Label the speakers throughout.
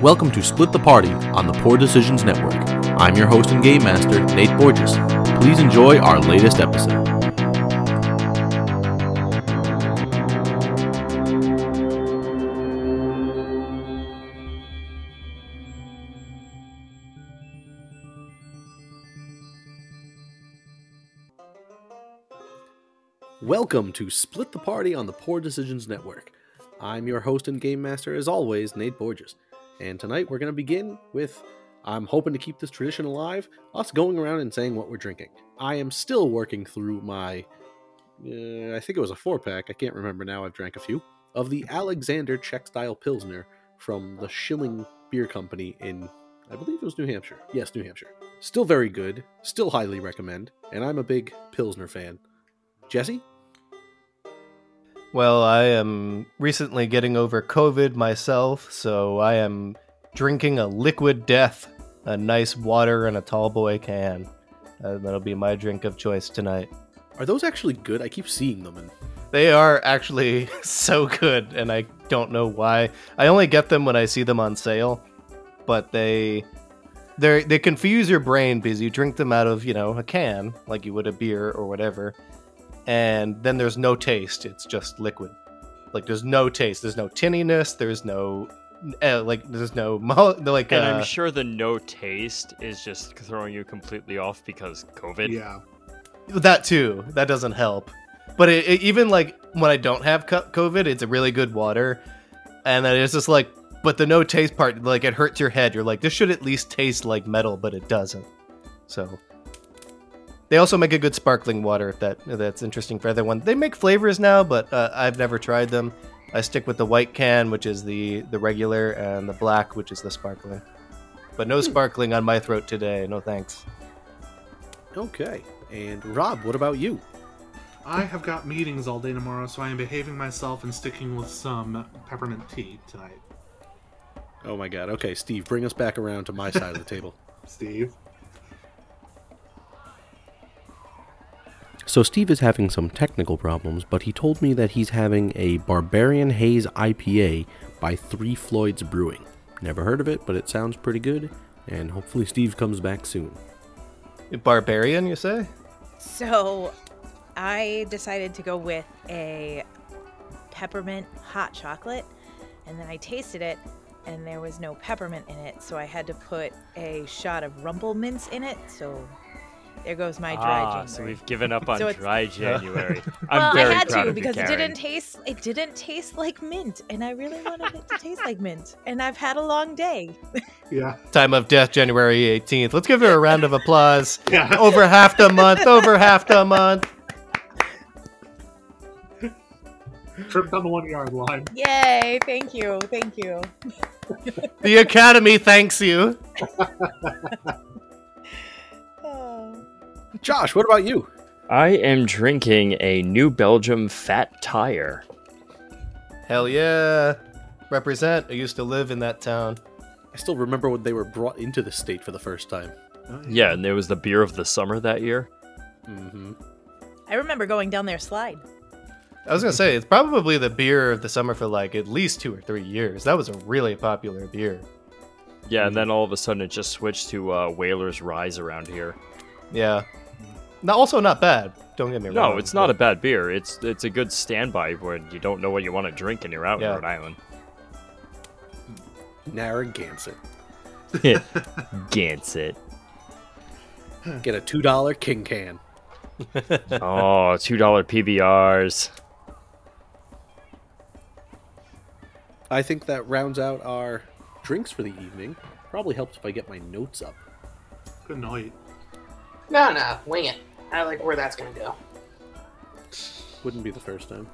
Speaker 1: Welcome to Split the Party on the Poor Decisions Network. I'm your host and game master, Nate Borges. Please enjoy our latest episode. Welcome to Split the Party on the Poor Decisions Network. I'm your host and game master, as always, Nate Borges. And tonight we're going to begin with I'm hoping to keep this tradition alive, us going around and saying what we're drinking. I am still working through my, uh, I think it was a four pack, I can't remember now, I've drank a few, of the Alexander Czech style Pilsner from the Schilling Beer Company in, I believe it was New Hampshire. Yes, New Hampshire. Still very good, still highly recommend, and I'm a big Pilsner fan. Jesse?
Speaker 2: Well, I am recently getting over COVID myself, so I am drinking a liquid death, a nice water in a tall boy can. Uh, that'll be my drink of choice tonight.
Speaker 1: Are those actually good? I keep seeing them. And
Speaker 2: They are actually so good, and I don't know why. I only get them when I see them on sale, but they they they confuse your brain because you drink them out of you know a can like you would a beer or whatever, and then there's no taste. It's just liquid. Like there's no taste. There's no tinniness. There's no uh, like there's no mo- like
Speaker 3: And
Speaker 2: uh,
Speaker 3: I'm sure the no taste is just throwing you completely off because COVID.
Speaker 4: Yeah.
Speaker 2: that too that doesn't help but it, it- even like when i don't have co- covid it's a really good water and then it's just like but the no taste part like it hurts your head you're like this should at least taste like metal but it doesn't so they also make a good sparkling water if that if that's interesting for everyone they make flavors now but uh, i've never tried them i stick with the white can which is the the regular and the black which is the sparkling but no sparkling on my throat today no thanks
Speaker 1: okay. And Rob, what about you?
Speaker 4: I have got meetings all day tomorrow, so I am behaving myself and sticking with some peppermint tea tonight.
Speaker 1: Oh my God. Okay, Steve, bring us back around to my side of the table.
Speaker 4: Steve?
Speaker 1: So Steve is having some technical problems, but he told me that he's having a Barbarian Haze IPA by Three Floyds Brewing. Never heard of it, but it sounds pretty good, and hopefully Steve comes back soon.
Speaker 2: barbarian you say
Speaker 5: So I decided to go with a peppermint hot chocolate, and then I tasted it, and there was no peppermint in it, so I had to put a shot of rumble mints in it. So there goes my dry
Speaker 3: Ah,
Speaker 5: January.
Speaker 3: so we've given up on
Speaker 5: So it's-
Speaker 3: dry January. I'm
Speaker 5: well,
Speaker 3: very
Speaker 5: I had
Speaker 3: proud
Speaker 5: to
Speaker 3: of you,
Speaker 5: because it
Speaker 3: Karen.
Speaker 5: didn't taste it didn't taste like mint, and I really wanted it to taste like mint. And I've had a long day.
Speaker 4: Yeah.
Speaker 2: Time of death, January 18th. Let's give her a round of applause.
Speaker 4: Yeah.
Speaker 2: Over half the month, over half the month.
Speaker 4: Tripped on the one yard line.
Speaker 5: Yay! Thank you, thank you.
Speaker 2: The Academy thanks you.
Speaker 5: Oh.
Speaker 1: Josh, what about you?
Speaker 3: I am drinking a New Belgium Fat Tire.
Speaker 2: Hell yeah. Represent. I used to live in that town.
Speaker 1: I still remember when they were brought into the state for the first time.
Speaker 3: Yeah, and there was the beer of the summer that year.
Speaker 1: Mm-hmm.
Speaker 5: I remember going down their slide.
Speaker 2: I was going to say, it's probably the beer of the summer for like at least two or three years. That was a really popular beer.
Speaker 3: Yeah, and then all of a sudden it just switched to uh, Whaler's Rise around here.
Speaker 2: Yeah. Not, also, not bad. Don't get me wrong.
Speaker 3: No, it's not a bad beer. It's it's a good standby when you don't know what you want to drink and you're out
Speaker 2: Yeah.
Speaker 3: in Rhode Island.
Speaker 1: Narragansett.
Speaker 3: Gansett.
Speaker 1: Get a $2 king can.
Speaker 3: Oh, two dollar PBRs.
Speaker 1: I think that rounds out our drinks for the evening. Probably helps if I get my notes up.
Speaker 4: Good night.
Speaker 6: No, no, wing it. I like where that's gonna go.
Speaker 1: Wouldn't be the first time.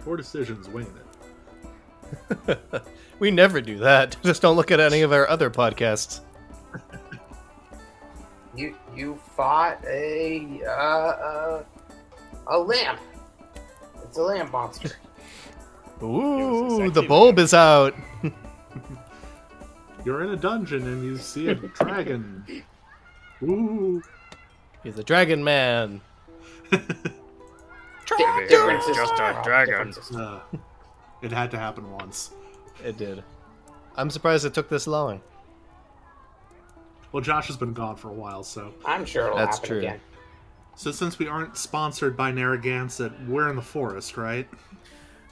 Speaker 4: Four decisions winging it.
Speaker 2: We never do that. Just don't look at any of our other podcasts.
Speaker 6: You you fought a uh, uh, a lamp. It's a lamp monster.
Speaker 2: Ooh,
Speaker 6: exactly
Speaker 2: the
Speaker 6: what-
Speaker 2: bulb is out.
Speaker 4: You're in a dungeon and you see a dragon. Ooh.
Speaker 2: He's a dragon man.
Speaker 6: Di- differences-
Speaker 3: Just a
Speaker 6: oh,
Speaker 3: dragon.
Speaker 6: differences.
Speaker 4: Uh, it had to happen once.
Speaker 2: It did. I'm surprised it took this long.
Speaker 4: Well, Josh has been gone for a while, so
Speaker 6: I'm sure it'll
Speaker 2: That's
Speaker 6: happen
Speaker 2: true.
Speaker 6: again.
Speaker 4: so since we aren't sponsored by Narragansett, we're in the forest, right?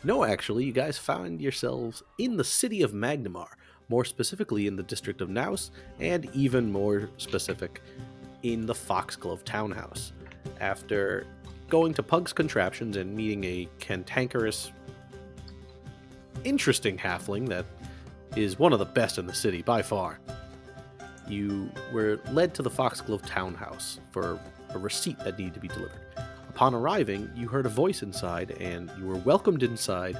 Speaker 1: No, actually, you guys found yourselves in the city of Magnamar, more specifically in the district of Naus, and even more specific, in the Foxglove townhouse. After going to Pug's contraptions and meeting a cantankerous, interesting halfling that is one of the best in the city by far, you were led to the Foxglove townhouse for a receipt that needed to be delivered. Upon arriving, you heard a voice inside, and you were welcomed inside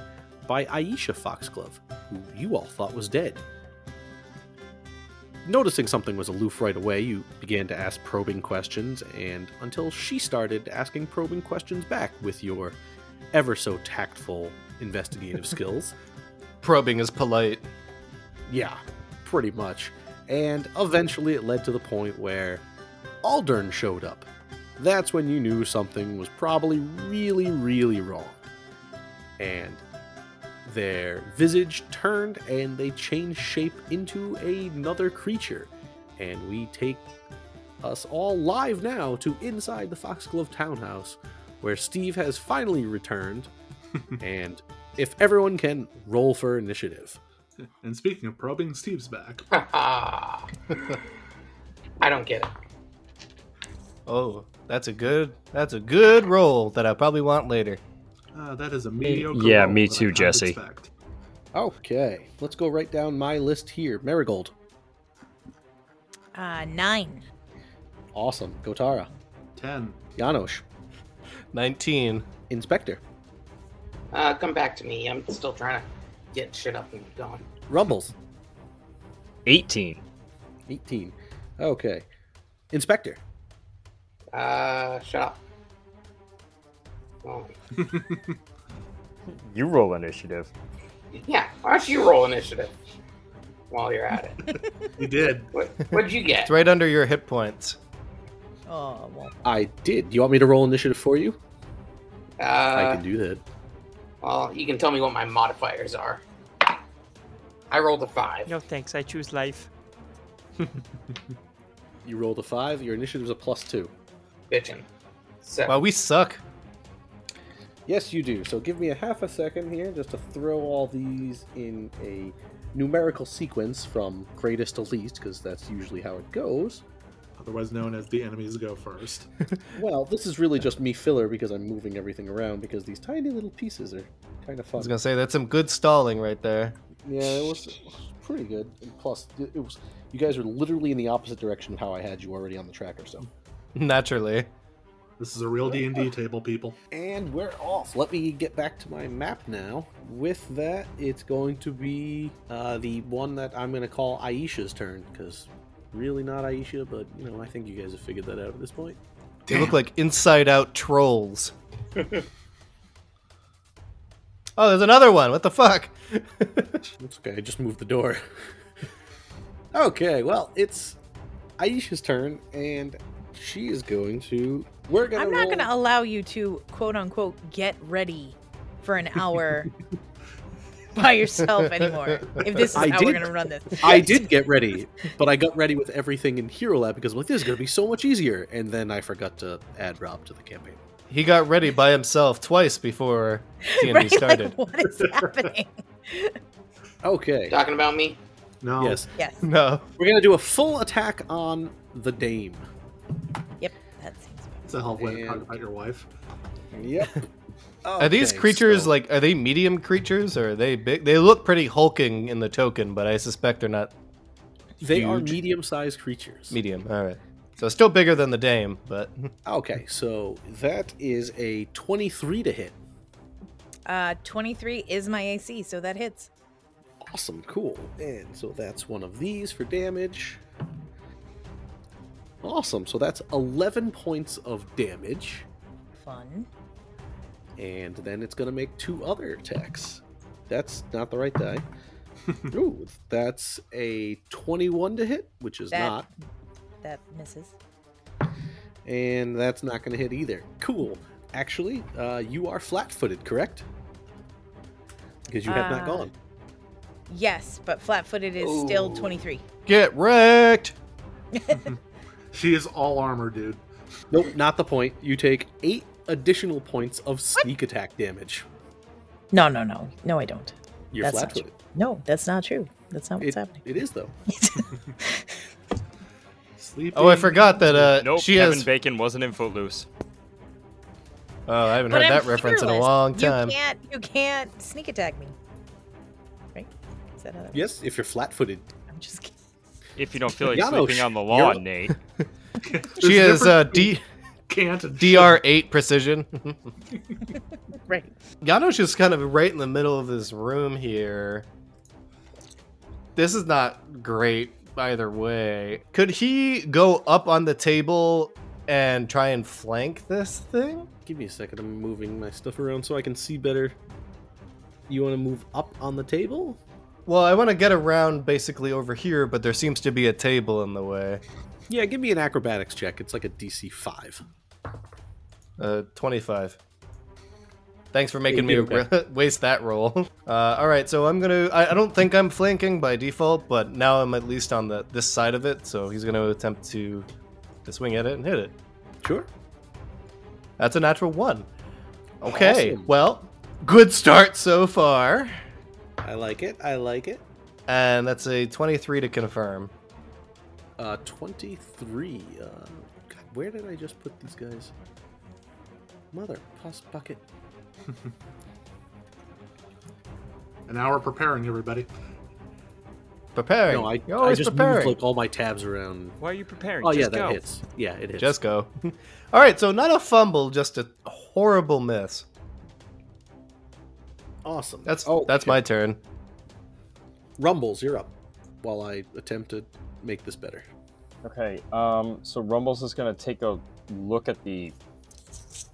Speaker 1: by Aisha Foxglove, who you all thought was dead. Noticing something was aloof right away, you began to ask probing questions, and until she started asking probing questions back with your ever so tactful investigative skills.
Speaker 2: Probing is polite.
Speaker 1: Yeah, pretty much. And eventually it led to the point where Aldern showed up. That's when you knew something was probably really, really wrong. And their visage turned and they changed shape into another creature. And we take us all live now to inside the Foxglove townhouse where Steve has finally returned. and if everyone can roll for initiative.
Speaker 4: And speaking of probing, Steve's back.
Speaker 6: I don't get it.
Speaker 2: Oh, that's a good that's a good roll that I probably want later.
Speaker 4: Uh, that is a mediocre.
Speaker 3: Yeah,
Speaker 4: roll
Speaker 3: me
Speaker 4: that I
Speaker 3: too,
Speaker 4: kind of
Speaker 3: Jesse.
Speaker 4: expect.
Speaker 1: Okay, let's go right down my list here. Marigold,
Speaker 5: Uh, nine.
Speaker 1: awesome. Gotara,
Speaker 4: Ten.
Speaker 1: Janosch,
Speaker 2: 19.
Speaker 1: Inspector,
Speaker 6: Uh, come back to me. I'm still trying to get shit up and going.
Speaker 1: Rumbles,
Speaker 3: 18.
Speaker 1: 18. Okay, Inspector,
Speaker 6: Uh, shut up. Oh,
Speaker 3: You roll initiative.
Speaker 6: yeah, why don't you roll initiative while you're at it?
Speaker 4: You did.
Speaker 6: What, what'd you get?
Speaker 2: It's right under your hit points.
Speaker 5: Oh, well.
Speaker 1: I did. Do you want me to roll initiative for you? I
Speaker 6: Uh,
Speaker 1: can do that.
Speaker 6: well, you can tell me what my modifiers are. I rolled a five.
Speaker 7: No thanks, I choose life.
Speaker 1: You rolled a five. Your initiative's a plus two.
Speaker 6: Bitchin'. So,
Speaker 2: Wow, we suck.
Speaker 1: Yes, you do. So give me a half a second here just to throw all these in a numerical sequence from greatest to least, because that's usually how it goes.
Speaker 4: Otherwise known as the enemies go first.
Speaker 1: Well, this is really just me filler because I'm moving everything around because these tiny little pieces are kind of
Speaker 2: I
Speaker 1: fun.
Speaker 2: was gonna say that's some good stalling right there.
Speaker 1: Yeah, it was it was pretty good. And plus, it it was you guys were literally in the opposite direction of how I had you already on the tracker. So,
Speaker 2: Naturally.
Speaker 4: This is a real D and D table, people.
Speaker 1: and we're off. Let me get back to my map now. With that, it's going to be uh, the one that I'm going to call Aisha's turn because really not Aisha, but you know I think you guys have figured that out at this point.
Speaker 2: They look like inside out trolls. oh, there's another one. What the fuck?
Speaker 1: It's okay. I just moved the door. okay, well, it's Aisha's turn, and she is going to. We're gonna.
Speaker 5: I'm not
Speaker 1: roll-
Speaker 5: going to allow you to, quote unquote, get ready for an hour by yourself anymore. If this is
Speaker 1: I
Speaker 5: how
Speaker 1: did.
Speaker 5: we're going to run this.
Speaker 1: I did get ready, but I got ready with everything in Hero Lab because I'm like, this is going to be so much easier. And then I forgot to add Rob to the campaign.
Speaker 2: He got ready by himself twice before TND
Speaker 5: Right?
Speaker 2: started.
Speaker 5: Like, what is happening?
Speaker 1: Okay.
Speaker 6: talking about me?
Speaker 4: No.
Speaker 1: Yes.
Speaker 5: yes.
Speaker 2: No.
Speaker 1: We're going to do a full attack on the Dame.
Speaker 5: Yep. That seems about
Speaker 4: It's a hell of a way to
Speaker 1: And-
Speaker 4: talk about your wife.
Speaker 1: Yep.
Speaker 2: Are these creatures like are they medium creatures or are they big? They look pretty hulking in the token, but I suspect they're not
Speaker 1: They are
Speaker 2: huge?
Speaker 1: medium sized creatures.
Speaker 2: medium. All right, so still bigger than the dame, but
Speaker 1: okay, so that is a 23 to hit.
Speaker 5: Uh, 23 is my AC, so that hits.
Speaker 1: Awesome, cool. And so that's one of these for damage. Awesome, so that's 11 points of damage.
Speaker 5: Fun.
Speaker 1: And then it's going to make two other attacks. That's not the right die. Ooh, that's a 21 to hit, which is
Speaker 5: That-
Speaker 1: not.
Speaker 5: That misses.
Speaker 1: And that's not going to hit either. Cool. Actually, uh, you are flat footed, correct? Because you have not
Speaker 5: Uh,
Speaker 1: gone.
Speaker 5: Yes, but flat-footed is still
Speaker 6: Ooh.
Speaker 5: 23.
Speaker 2: Get wrecked.
Speaker 4: She is all armor, dude.
Speaker 1: Nope, not the point. You take eight additional points of sneak attack damage.
Speaker 5: No, no, no, no, I don't.
Speaker 1: You're
Speaker 5: That's not
Speaker 1: flat
Speaker 5: true.
Speaker 1: footed.
Speaker 5: No, that's not true. That's not what's
Speaker 1: It,
Speaker 5: happening.
Speaker 1: it is though.
Speaker 4: Sleeping.
Speaker 2: Oh, I forgot that uh,
Speaker 3: Nope,
Speaker 2: she
Speaker 3: Kevin
Speaker 2: has.
Speaker 3: Bacon wasn't in Footloose.
Speaker 2: oh, I haven't heard
Speaker 5: I'm
Speaker 2: that reference in a
Speaker 5: fearless.
Speaker 2: long time.
Speaker 5: You can't, you can't sneak attack me. Right? Is that how that
Speaker 1: Yes, if you're flat footed.
Speaker 5: I'm just kidding.
Speaker 3: If you don't feel like
Speaker 1: Yano,
Speaker 3: sleeping on the
Speaker 1: you're-
Speaker 3: lawn, Nate.
Speaker 2: She
Speaker 4: There's
Speaker 2: has
Speaker 4: a
Speaker 2: uh,
Speaker 4: difference
Speaker 2: D-
Speaker 4: between can't and
Speaker 2: DR8 precision.
Speaker 5: Right.
Speaker 2: Yanosh is kind of right in the middle of this room here. This is not great either way. Could he go up on the table and try and flank this thing?
Speaker 1: Give me a second. I'm moving my stuff around so I can see better. You want to move up on the table?
Speaker 2: Well, I want to get around basically over here, but there seems to be a table in the way.
Speaker 1: Yeah, give me an acrobatics check. It's like a DC five.
Speaker 2: Uh, 25. Thanks for making me
Speaker 1: you
Speaker 2: re- waste that roll. Uh, all right, so I'm gonna. I, I don't think I'm flanking by default, but now I'm at least on the this side of it. So he's gonna attempt to, to swing at it and hit it.
Speaker 1: Sure.
Speaker 2: That's a natural one. Okay,
Speaker 1: Awesome.
Speaker 2: well, good start so far,
Speaker 1: I like it. I like it.
Speaker 2: and that's a 23 to confirm.
Speaker 1: Uh, 23. Uh, God, where did I just put these guys? Mother, pus bucket.
Speaker 4: an hour preparing everybody.
Speaker 2: Preparing.
Speaker 1: No, I,
Speaker 2: You're
Speaker 1: I
Speaker 2: always
Speaker 1: just moved
Speaker 2: preparing.
Speaker 1: like all my tabs around.
Speaker 3: Why are you preparing?
Speaker 1: Oh,
Speaker 3: Just
Speaker 1: yeah, that
Speaker 3: go.
Speaker 1: hits. Yeah, it hits.
Speaker 2: Just go. all right, so not a fumble, just a horrible miss.
Speaker 1: awesome. Oh,
Speaker 2: That's that's
Speaker 1: okay.
Speaker 2: my turn.
Speaker 1: Rumbles, you're up. While I attempt to make this better.
Speaker 3: Okay, um, so Rumbles is gonna take a look at the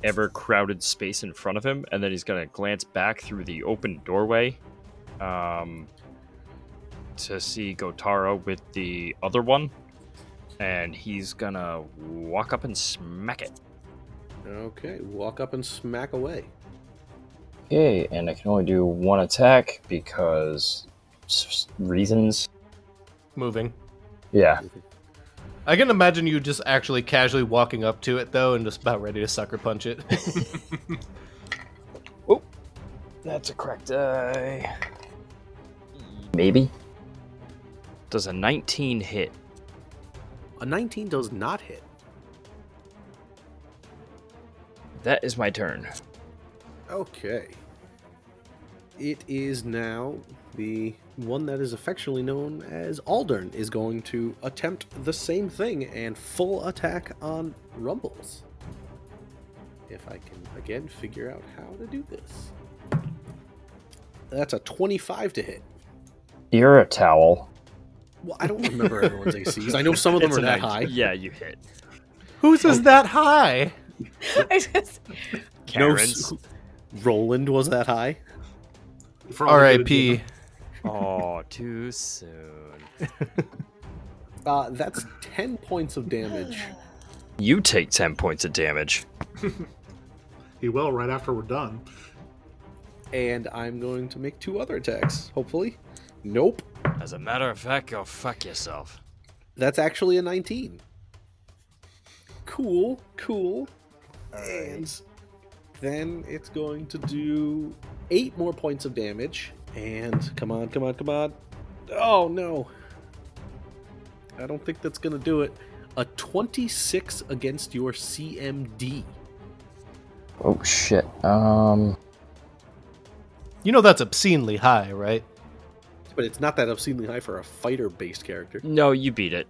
Speaker 3: ever crowded space in front of him, and then he's gonna glance back through the open doorway, um, to see Gotara with the other one, and he's gonna walk up and smack it.
Speaker 1: Okay, walk up and smack away.
Speaker 3: Okay, and I can only do one attack because reasons.
Speaker 2: Moving.
Speaker 3: Yeah.
Speaker 2: I can imagine you just actually casually walking up to it though, and just about ready to sucker punch it.
Speaker 3: That's a cracked die. Maybe. Does a 19 hit?
Speaker 1: A 19 does not hit.
Speaker 3: That is my turn.
Speaker 1: Okay. It is now the one that is affectionately known as Aldern is going to attempt the same thing and full attack on Rumbles. If I can again figure out how to do this. That's a 25 to hit.
Speaker 3: You're a towel.
Speaker 1: Well, I don't remember everyone's ACs. I know some of them
Speaker 3: It's
Speaker 1: are
Speaker 3: a
Speaker 1: that
Speaker 3: 19.
Speaker 1: high.
Speaker 3: Yeah, you hit.
Speaker 2: Whose is that high?
Speaker 5: I was gonna say-
Speaker 1: No,
Speaker 3: Karen's.
Speaker 1: s- Roland was that high.
Speaker 4: For all the good
Speaker 2: R.I.P.
Speaker 3: oh, too soon.
Speaker 1: Uh, that's 10 points of damage.
Speaker 3: You take 10 points of damage.
Speaker 4: He will right after we're done.
Speaker 1: and I'm going to make two other attacks, hopefully. Nope.
Speaker 3: As a matter of fact, go fuck yourself.
Speaker 1: That's actually a 19. Cool, cool. And then it's going to do eight more points of damage. And come on, come on, come on. Oh, no. I don't think that's going to do it. A 26 against your CMD.
Speaker 3: Oh, shit. Um.
Speaker 2: You know that's obscenely high, right?
Speaker 1: But it's not that obscenely high for a fighter based character.
Speaker 3: No, you beat it.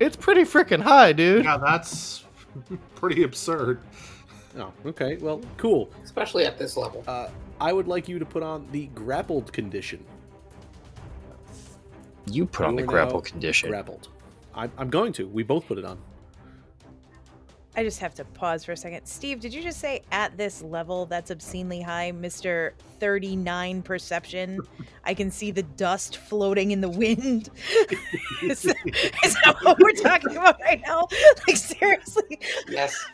Speaker 2: It's pretty freaking high, dude.
Speaker 4: Yeah, that's pretty absurd.
Speaker 1: Oh, okay. Well, cool.
Speaker 6: especially at this level.
Speaker 1: Uh, I would like you to put on the grappled condition.
Speaker 3: You put on the
Speaker 1: You're
Speaker 3: grapple
Speaker 1: now
Speaker 3: condition.
Speaker 1: Grappled. I'm, I'm going to. We both put it on.
Speaker 5: I just have to pause for a second. Steve, did you just say at this level that's obscenely high, Mr. 39 perception? I can see the dust floating in the wind. is, that- is that what we're talking about right now? Like, seriously?
Speaker 6: Yes.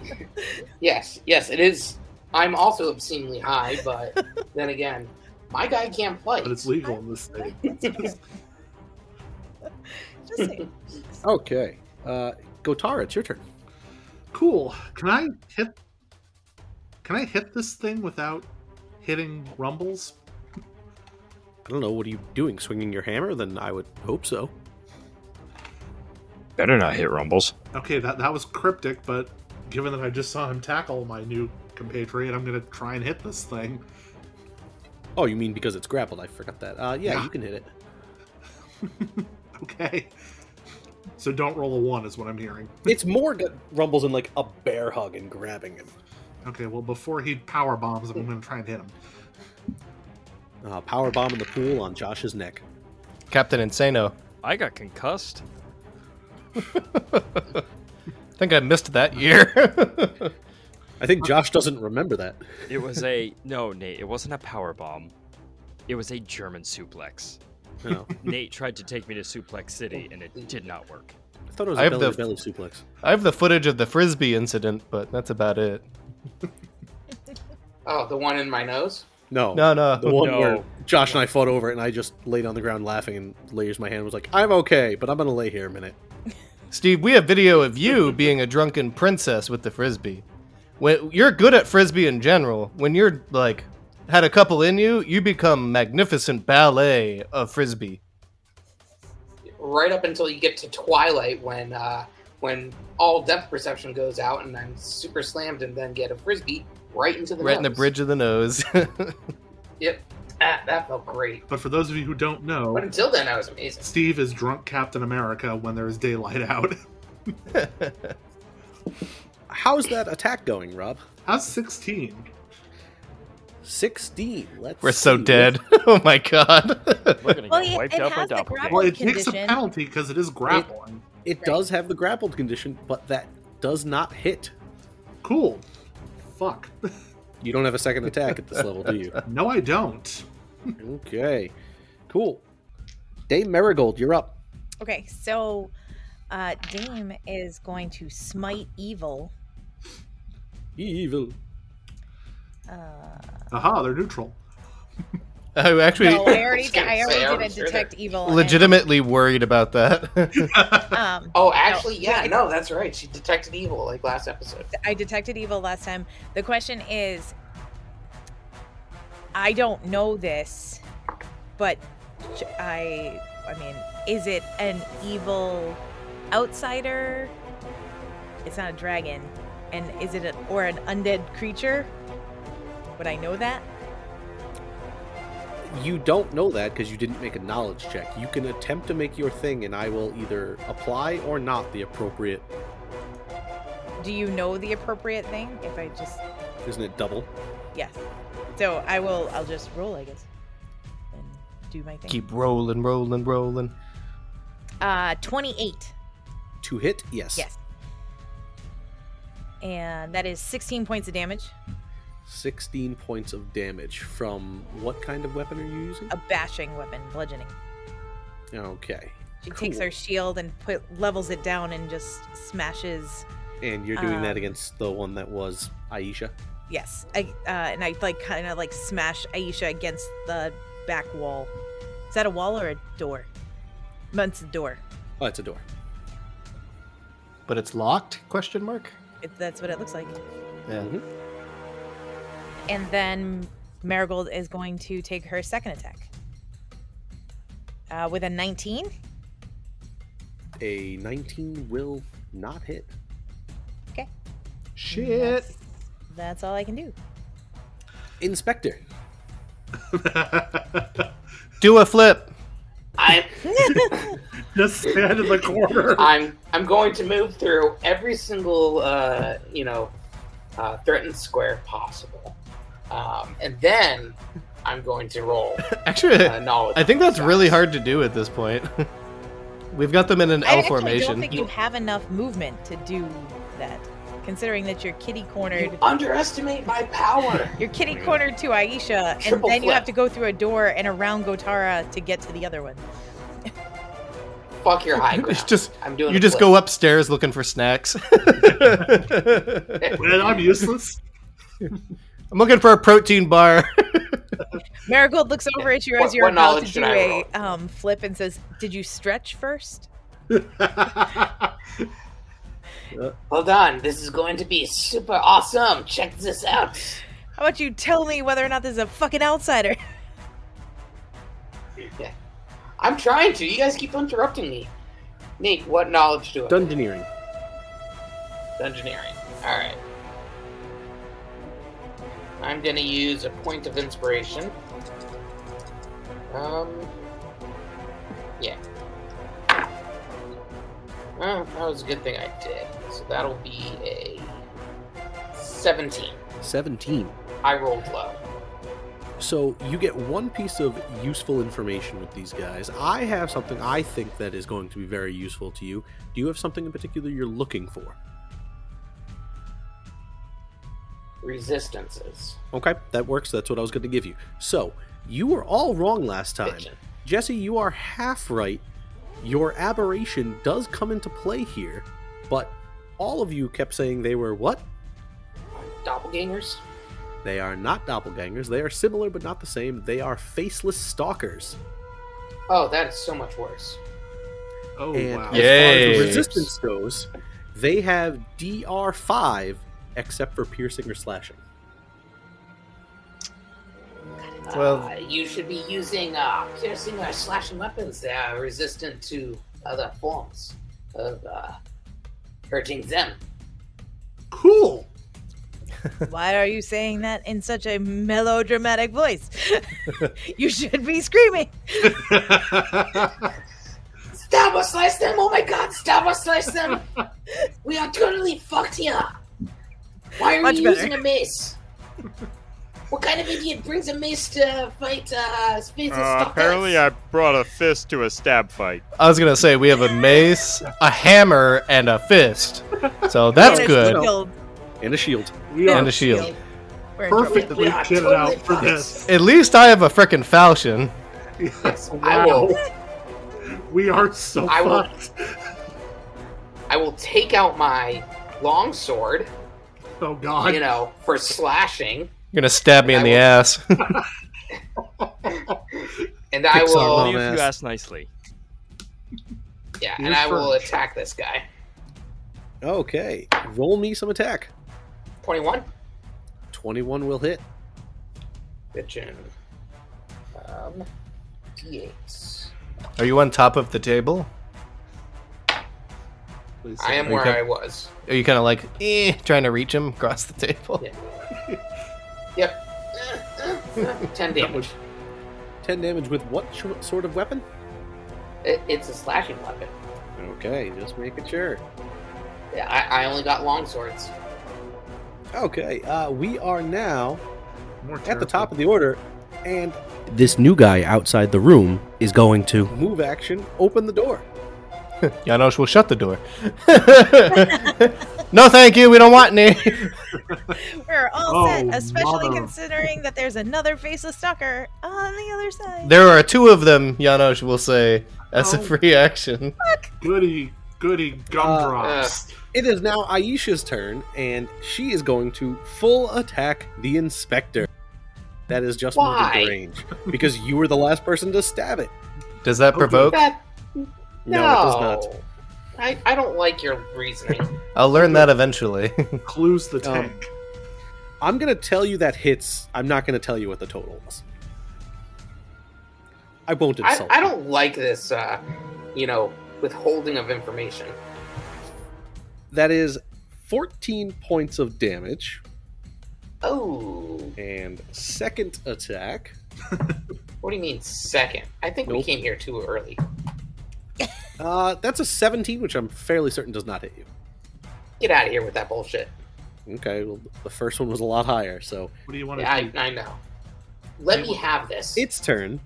Speaker 6: yes, yes, it is. I'm also obscenely high, but then again, My guy can't play.
Speaker 4: but it's legal in this state.
Speaker 5: Just saying.
Speaker 1: Okay. Uh, Gotara, it's your turn.
Speaker 4: Cool. Can I hit? Can I hit this thing without hitting rumbles?
Speaker 1: I don't know. What are you doing? Swinging your hammer? Then I would hope so.
Speaker 3: Better not hit rumbles.
Speaker 4: Okay, that that was cryptic, but given that I just saw him tackle my new compatriot, I'm gonna try and hit this thing.
Speaker 1: Oh, you mean because it's grappled? I forgot that. Uh, yeah,
Speaker 4: Yeah.
Speaker 1: you can hit it.
Speaker 4: Okay. So don't roll a one is what I'm hearing.
Speaker 1: It's more got rumbles in like a bear hug and grabbing him.
Speaker 4: Okay, well before he power bombs, him, I'm gonna try and hit him.
Speaker 1: Uh, power bomb in the pool on Josh's neck.
Speaker 2: Captain Insano.
Speaker 3: I got concussed.
Speaker 2: I think I missed that year.
Speaker 1: I think Josh doesn't remember that.
Speaker 3: It was a no, Nate. It wasn't a power bomb. It was a German suplex.
Speaker 1: No,
Speaker 3: Nate tried to take me to Suplex City, and it did not work.
Speaker 1: I thought it was
Speaker 2: I
Speaker 1: a
Speaker 2: have
Speaker 1: belly
Speaker 2: the-
Speaker 1: belly suplex.
Speaker 2: I have the footage of the frisbee incident, but that's about it.
Speaker 6: Oh, the one in my nose.
Speaker 1: No,
Speaker 2: No, no.
Speaker 1: Oh, the one
Speaker 3: No.
Speaker 1: where Josh and I fought over it, and I just laid on the ground laughing, and raised my hand and was like, "I'm okay, but I'm gonna lay here a minute."
Speaker 2: Steve, we have video of you being a drunken princess with the frisbee. When you're good at frisbee in general, when you're like had a couple in you, you become magnificent ballet of frisbee.
Speaker 6: Right up until you get to twilight, when uh, when all depth perception goes out, and I'm super slammed, and then get a frisbee right into the
Speaker 2: Right in the
Speaker 6: nose.
Speaker 2: bridge of the nose.
Speaker 6: Yep, ah, that felt great.
Speaker 4: But for those of you who don't
Speaker 6: But
Speaker 4: know,
Speaker 6: until then, I was amazing.
Speaker 4: Steve is drunk Captain America when there is daylight out.
Speaker 1: How's that attack going, Rob?
Speaker 4: How's 16?
Speaker 1: Sixteen. Let's.
Speaker 2: We're so
Speaker 1: see.
Speaker 2: dead. oh my god.
Speaker 3: We're gonna
Speaker 5: Well,
Speaker 3: get
Speaker 5: it-
Speaker 3: wiped
Speaker 5: it
Speaker 3: out by
Speaker 5: has the
Speaker 3: doppelganger.
Speaker 4: Well, it takes a
Speaker 5: Condition.
Speaker 4: penalty because it is grappling.
Speaker 1: It does have the grappled condition, but that does not hit.
Speaker 4: Cool. Fuck.
Speaker 1: You don't have a second attack at this level, do you?
Speaker 4: No, I don't.
Speaker 1: Okay, cool. Dame Marigold, you're up.
Speaker 5: Okay, so uh, Dame is going to smite evil.
Speaker 1: Evil.
Speaker 5: Uh,
Speaker 4: Aha, they're neutral.
Speaker 2: I'm actually
Speaker 5: no, I already,
Speaker 6: was gonna
Speaker 5: I already
Speaker 6: say, I
Speaker 5: did a
Speaker 6: was sure
Speaker 5: detect evil. and,
Speaker 2: legitimately worried about that.
Speaker 5: um,
Speaker 6: Oh, actually, yeah, no, that's right. She detected evil like last episode.
Speaker 5: I detected evil last time. The question is, I don't know this, but j- I, I mean, is it an evil outsider? It's not a dragon, and is it an, or an undead creature? Would I know that?
Speaker 1: You don't know that because you didn't make a knowledge check. You can attempt to make your thing, and I will either apply or not the appropriate.
Speaker 5: Do you know the appropriate thing? If I just
Speaker 1: Isn't it double?
Speaker 5: yes, so I will. I'll just roll, I guess, and do my thing.
Speaker 2: Keep rolling, rolling, rolling.
Speaker 5: Uh, twenty-eight.
Speaker 1: To hit? Yes.
Speaker 5: Yes. And that is 16 points of damage.
Speaker 1: 16 points of damage from what kind of weapon are you using?
Speaker 5: A bashing weapon, bludgeoning.
Speaker 1: Okay.
Speaker 5: She takes
Speaker 1: Cool.
Speaker 5: her shield and put levels it down and just smashes.
Speaker 1: And you're doing that
Speaker 5: Um,
Speaker 1: against the one that was Aisha.
Speaker 5: Yes, I, uh, and I like kind of like smash Aisha against the back wall. Is that a wall or a door? No, It's a door.
Speaker 1: Oh, it's a door.
Speaker 2: But it's locked? Question mark.
Speaker 5: It, that's what it looks like.
Speaker 2: Yeah.
Speaker 5: And then Marigold is going to take her second attack uh, with a 19.
Speaker 1: A 19 will not hit.
Speaker 2: Shit.
Speaker 5: That's, that's all I can do.
Speaker 1: Inspector.
Speaker 2: Do a flip.
Speaker 6: I'm
Speaker 4: Just stand in the corner.
Speaker 6: I'm I'm going to move through every single uh, you know uh, threatened square possible, um, and then I'm going to roll
Speaker 2: Actually,
Speaker 6: uh, knowledge.
Speaker 2: I think that's
Speaker 6: checks.
Speaker 2: really hard to do at this point. We've got them in an
Speaker 5: I
Speaker 2: L
Speaker 5: actually
Speaker 2: formation.
Speaker 5: don't think you have enough movement to do that, considering that you're kitty cornered.
Speaker 6: Underestimate my power.
Speaker 5: You're kitty cornered to Aisha, and
Speaker 6: Triple
Speaker 5: then you have
Speaker 6: flip.
Speaker 5: to go through a door and around Gotara to get to the other one.
Speaker 6: Fuck your high
Speaker 2: It's
Speaker 6: ground.
Speaker 2: just
Speaker 6: I'm doing.
Speaker 2: you
Speaker 6: a
Speaker 2: just
Speaker 6: flip.
Speaker 2: go upstairs looking for snacks. I'm
Speaker 4: And I'm useless.
Speaker 2: looking for a protein bar.
Speaker 5: Marigold looks over at you as
Speaker 6: What-
Speaker 5: you're
Speaker 6: what
Speaker 5: about
Speaker 6: knowledge
Speaker 5: to
Speaker 6: should
Speaker 5: do
Speaker 6: I
Speaker 5: a
Speaker 6: roll?
Speaker 5: um, flip and says, Did you stretch first?
Speaker 6: Hold on, this is going to be super awesome. Check this out.
Speaker 5: How about you tell me whether or not this is a fucking outsider?
Speaker 6: I'm trying to. You guys keep interrupting me. Nate, what knowledge do I?
Speaker 1: Dungeoneering.
Speaker 6: Dungeoneering. All right. I'm gonna use a point of inspiration. Um. Yeah. Oh, that was a good thing I did. So that'll be a 17.
Speaker 1: 17.
Speaker 6: I rolled low.
Speaker 1: So you get one piece of useful information with these guys. I have something I think that is going to be very useful to you. Do you have something in particular you're looking for?
Speaker 6: Resistances.
Speaker 1: Okay, that works. That's what I was going to give you. So you were all wrong last time.
Speaker 6: Bitchin'.
Speaker 1: Jesse, you are half right. Your aberration does come into play here, but all of you kept saying they were what?
Speaker 6: Doppelgangers?
Speaker 1: They are not doppelgangers. They are similar but not the same. They are faceless stalkers.
Speaker 6: Oh, that is so much worse.
Speaker 4: oh
Speaker 1: and
Speaker 4: wow.
Speaker 1: as far as
Speaker 2: Yay.
Speaker 1: the resistance goes, they have DR5 except for piercing or slashing.
Speaker 2: Well-
Speaker 6: uh, you should be using uh, piercing or slashing weapons that are resistant to other forms of uh, hurting them.
Speaker 4: Cool.
Speaker 5: Why are you saying that in such a melodramatic voice? you should be screaming.
Speaker 6: Stab or slice them! Oh my god, stab or slice them! we are totally fucked here! Why are
Speaker 5: Much
Speaker 6: we
Speaker 5: better.
Speaker 6: using a mace? what kind of idiot brings a mace to fight uh, space and
Speaker 7: Uh,
Speaker 6: stalkers?
Speaker 7: apparently, I brought a fist to a stab fight.
Speaker 2: I was gonna say we have a mace, a hammer, and a fist. So that's
Speaker 5: And a
Speaker 2: good.
Speaker 5: shield.
Speaker 1: And a shield.
Speaker 4: We are
Speaker 2: And a shield.
Speaker 5: We're in trouble.
Speaker 4: perfectly
Speaker 6: We are
Speaker 4: kitted
Speaker 6: totally
Speaker 4: out for
Speaker 6: fucked.
Speaker 4: this.
Speaker 2: At least I have a frickin' falchion.
Speaker 4: Yes,
Speaker 6: I will.
Speaker 4: wow. We are so
Speaker 6: I will-
Speaker 4: fucked.
Speaker 6: I will take out my longsword,
Speaker 4: Oh god.
Speaker 6: you know, for slashing,
Speaker 2: You're gonna stab me in
Speaker 6: I
Speaker 2: the
Speaker 6: will-
Speaker 2: ass.
Speaker 6: and I
Speaker 2: Kicks our
Speaker 6: will.
Speaker 2: bum
Speaker 3: Only if you
Speaker 1: ass.
Speaker 3: ask nicely.
Speaker 6: Yeah,
Speaker 4: You're
Speaker 6: and I will
Speaker 4: furnished.
Speaker 6: attack this guy.
Speaker 1: Okay, roll me some attack.
Speaker 6: 21.
Speaker 1: 21 will hit.
Speaker 6: Bitchin. Um, D8.
Speaker 2: Are you on top of the table?
Speaker 4: Please
Speaker 6: I am
Speaker 4: say
Speaker 6: where
Speaker 2: Okay.
Speaker 6: I was.
Speaker 2: Are you kind of like eh, trying to reach him across the table?
Speaker 6: Yeah. Yep. 10
Speaker 4: that
Speaker 6: damage.
Speaker 4: was-
Speaker 1: 10 damage with what sh- sort of weapon?
Speaker 6: It, it's a slashing weapon.
Speaker 1: Okay, just making sure.
Speaker 6: Yeah, I, I only got long swords.
Speaker 1: Okay, uh, we are now
Speaker 4: more
Speaker 1: at the
Speaker 4: terrible.
Speaker 1: top of the order, and this new guy outside the room is going to move action, open the door.
Speaker 2: Janosch will shut the door. no, thank you. We don't want any.
Speaker 5: We're all set,
Speaker 4: Oh,
Speaker 5: especially
Speaker 4: mother.
Speaker 5: considering that there's another faceless stalker on the other side.
Speaker 2: There are two of them. Janosch will say as a
Speaker 4: Oh.
Speaker 2: free action.
Speaker 4: Goody, goody
Speaker 1: Uh,
Speaker 4: gumdrops.
Speaker 1: It is now Aisha's turn, and she is going to full attack the inspector. That is just
Speaker 6: Why?
Speaker 1: within range because you were the last person to stab it.
Speaker 2: Does that
Speaker 6: Oh,
Speaker 4: Okay.
Speaker 2: provoke?
Speaker 6: That,
Speaker 1: No,
Speaker 6: no,
Speaker 1: it does not.
Speaker 6: I, I don't like your reasoning.
Speaker 2: I'll learn that eventually.
Speaker 4: Clues the
Speaker 1: Um,
Speaker 4: tank.
Speaker 1: I'm gonna tell you that hits. I'm not gonna tell you what the total was. I won't
Speaker 6: I,
Speaker 1: insult.
Speaker 6: I don't like this, uh, you know, withholding of information.
Speaker 1: you. That is 14 points of damage,
Speaker 6: Oh,
Speaker 1: and second attack.
Speaker 6: what do you mean second? I think we
Speaker 1: Nope.
Speaker 6: came here too early.
Speaker 1: Uh, that's a 17, which I'm fairly certain does not hit you.
Speaker 6: Get out of here with that bullshit.
Speaker 1: Okay, well, the first one was a lot higher, so
Speaker 4: What do you want to
Speaker 6: Yeah, I,
Speaker 4: do?
Speaker 6: I know. Let me have this.
Speaker 1: its turn.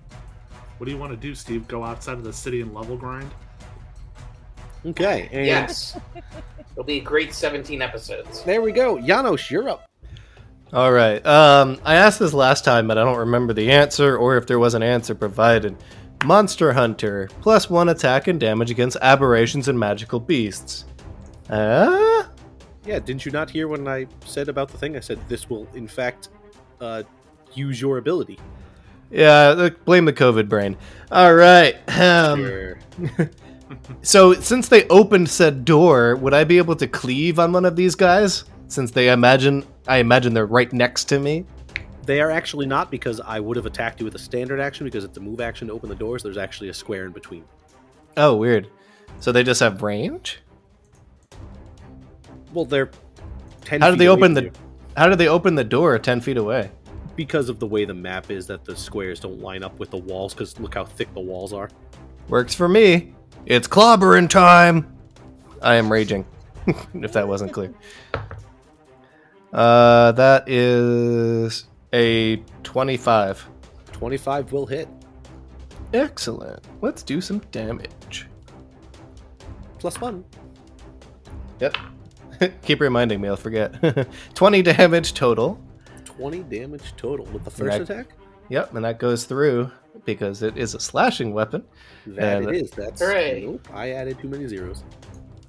Speaker 4: What do you want to do, Steve? Go outside of the city and level grind?
Speaker 1: Okay, and
Speaker 6: Yes. It'll be a great 17 episodes.
Speaker 1: there we go. Janos, you're up.
Speaker 2: All right. Um, I asked this last time, but I don't remember the answer or if there was an answer provided. Monster Hunter plus one attack and damage against aberrations and magical beasts. Uh,
Speaker 1: Yeah, didn't you not hear when I said about the thing? I said this will, in fact, uh, use your ability.
Speaker 2: Yeah, look, blame the COVID brain. All right. Um,
Speaker 1: Sure.
Speaker 2: so, since they opened said door, would I be able to cleave on one of these guys? Since they imagine, I imagine they're right next to me.
Speaker 1: They are actually not because I would have attacked you with a standard action because it's a move action to open the doors. There's actually a square in between.
Speaker 2: Oh, weird. So they just have range.
Speaker 1: Well, they're ten.
Speaker 2: How do
Speaker 1: feet
Speaker 2: they
Speaker 1: away
Speaker 2: open
Speaker 1: from
Speaker 2: the? How do they open the door ten feet away?
Speaker 1: you Because of the way the map is, that the squares don't line up with the walls. Because look how thick the walls are.
Speaker 2: Works for me. It's clobbering time. I am raging. if that wasn't clear. Uh, that is a twenty-five.
Speaker 1: Twenty-five will hit.
Speaker 2: Excellent. Let's do some damage.
Speaker 1: Plus one.
Speaker 2: Yep. Keep reminding me, I'll forget. 20 damage total.
Speaker 1: Twenty damage total with the first
Speaker 2: Right.
Speaker 1: attack.
Speaker 2: Yep, and that goes through because it is a slashing weapon.
Speaker 1: That
Speaker 2: And-
Speaker 1: it is. That's
Speaker 6: Hooray.
Speaker 1: nope. I added too many zeros.